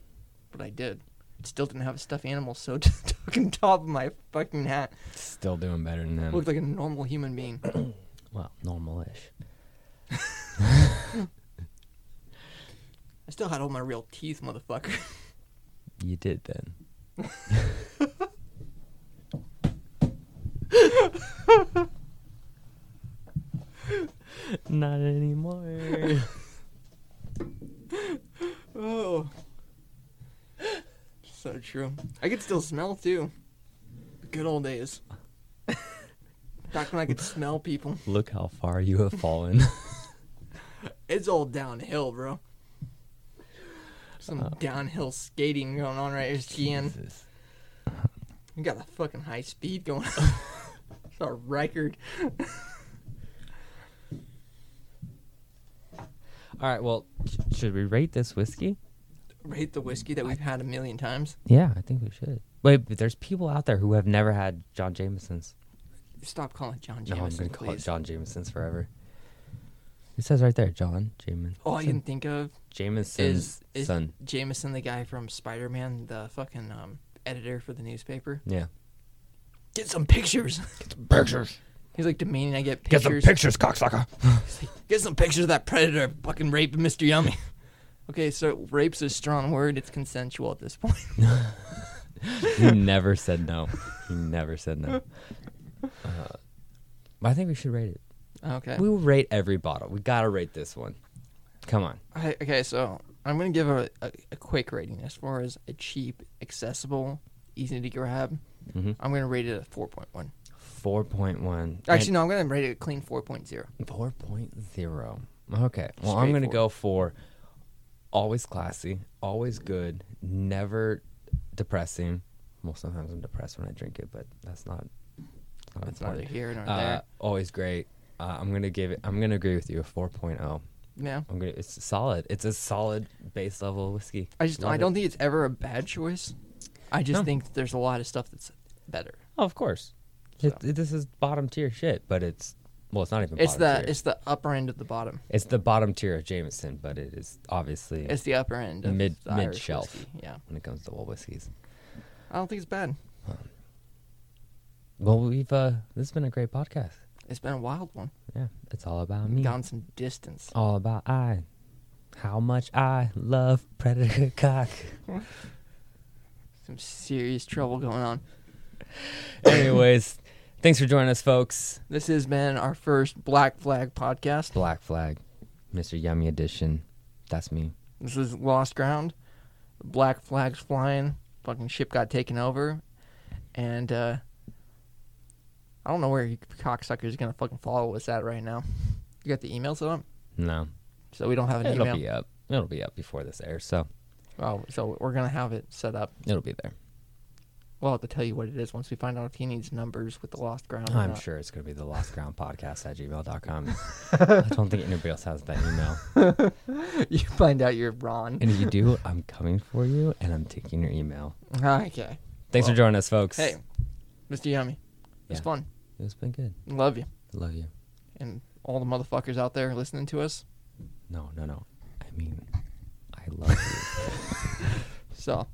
Speaker 2: but I did. Still didn't have a stuffed animal sewed to the fucking top of my fucking hat.
Speaker 1: Still doing better than them.
Speaker 2: Looked like a normal human being.
Speaker 1: Well, normal-ish.
Speaker 2: I still had all my real teeth, motherfucker.
Speaker 1: You did then. Not anymore.
Speaker 2: Oh. So true. I could still smell too. Good old days. Back when I could smell people.
Speaker 1: Look how far you have fallen.
Speaker 2: It's all downhill, bro. Some downhill skating going on right here, skiing.
Speaker 1: Uh. Jesus.
Speaker 2: We got a fucking high speed going on. it's a record.
Speaker 1: All right, well, sh- should we rate this whiskey?
Speaker 2: Rate the whiskey that we've had a million times.
Speaker 1: Yeah, I think we should. Wait, but there's people out there who have never had John Jameson's.
Speaker 2: Stop calling it John
Speaker 1: No, I'm
Speaker 2: Jameson,
Speaker 1: going to call
Speaker 2: please.
Speaker 1: it John Jameson's forever. It says right there, John Jameson.
Speaker 2: All Oh, I can think of
Speaker 1: Jameson's
Speaker 2: is, is
Speaker 1: son.
Speaker 2: Jameson the guy from Spider Man, the fucking um, editor for the newspaper.
Speaker 1: Yeah.
Speaker 2: Get some pictures.
Speaker 1: Pictures.
Speaker 2: He's like demanding I get pictures.
Speaker 1: pictures, cocksucker.
Speaker 2: Get some pictures of that predator fucking raping Mr. Yummy. okay, so rape's a strong word. It's consensual at this point.
Speaker 1: he never said no. He never said no. Uh, I think we should rate it.
Speaker 2: Okay.
Speaker 1: We will rate every bottle. We gotta rate this one. Come on.
Speaker 2: I, okay, so I'm gonna give a, a, a quick rating as far as a cheap, accessible, easy to grab.
Speaker 1: Mhm.
Speaker 2: I'm gonna rate it a 4.1.
Speaker 1: Four point one.
Speaker 2: Actually, no, I'm gonna rate it a clean 4.0.
Speaker 1: four point zero. Okay. Well, I'm gonna
Speaker 2: Straightforward.
Speaker 1: go for always classy, always good, never depressing. Well, sometimes I'm depressed when I drink it, but that's not. not
Speaker 2: That's
Speaker 1: important.
Speaker 2: neither here nor
Speaker 1: Uh,
Speaker 2: there.
Speaker 1: always great. Uh, I'm gonna give it. I'm gonna agree with you. A 4.0.
Speaker 2: Yeah.
Speaker 1: I'm gonna. It's solid. It's a solid base level whiskey.
Speaker 2: I just
Speaker 1: Love
Speaker 2: I
Speaker 1: it.
Speaker 2: don't think it's ever a bad choice. I just
Speaker 1: No.
Speaker 2: think there's a lot of stuff that's better.
Speaker 1: Oh, of course. It, it- this is bottom tier shit, but it's well, it's not even.
Speaker 2: It's
Speaker 1: bottom
Speaker 2: the
Speaker 1: tier.
Speaker 2: it's the upper end of the bottom.
Speaker 1: It's the bottom tier of Jameson, but it is obviously
Speaker 2: It's the upper end of
Speaker 1: Mid-
Speaker 2: the Irish
Speaker 1: mid-shelf.
Speaker 2: whiskey, Yeah.
Speaker 1: when it comes to all whiskeys.
Speaker 2: I don't think it's bad.
Speaker 1: Well, we've uh, this has been a great podcast.
Speaker 2: It's been a wild one.
Speaker 1: Yeah, it's all about me.
Speaker 2: Gone some distance.
Speaker 1: All about I. How much I love predator cock.
Speaker 2: Some serious trouble going on.
Speaker 1: Anyways, thanks for joining us, folks.
Speaker 2: This has been our first Black Flag podcast.
Speaker 1: Black Flag, Mr. Yummy Edition. That's me.
Speaker 2: This is Lost Ground. Black flags flying. Fucking ship got taken over. And uh I don't know where you cocksuckers gonna fucking follow us at right now. You got the email set up?
Speaker 1: No,
Speaker 2: So we don't have an
Speaker 1: it'll
Speaker 2: email.
Speaker 1: be up. It'll be up before this airs, so
Speaker 2: Oh, so we're gonna have it set up.
Speaker 1: it'll be there.
Speaker 2: We'll have to tell you what it is once we find out if he needs numbers with the lost ground. or
Speaker 1: I'm
Speaker 2: not.
Speaker 1: sure it's going to be the Lost Ground Podcast at gmail.com. I don't think anybody else has that email.
Speaker 2: you find out you're Ron.
Speaker 1: And if you do, I'm coming for you and I'm taking your email.
Speaker 2: Ah, okay.
Speaker 1: Thanks for
Speaker 2: Well,
Speaker 1: joining us, folks.
Speaker 2: Hey, Mr. Yummy. It was
Speaker 1: Yeah.
Speaker 2: fun.
Speaker 1: It's been good.
Speaker 2: Love you.
Speaker 1: Love you.
Speaker 2: And all the motherfuckers out there listening to us.
Speaker 1: No, no, no. I mean, I love you.
Speaker 2: So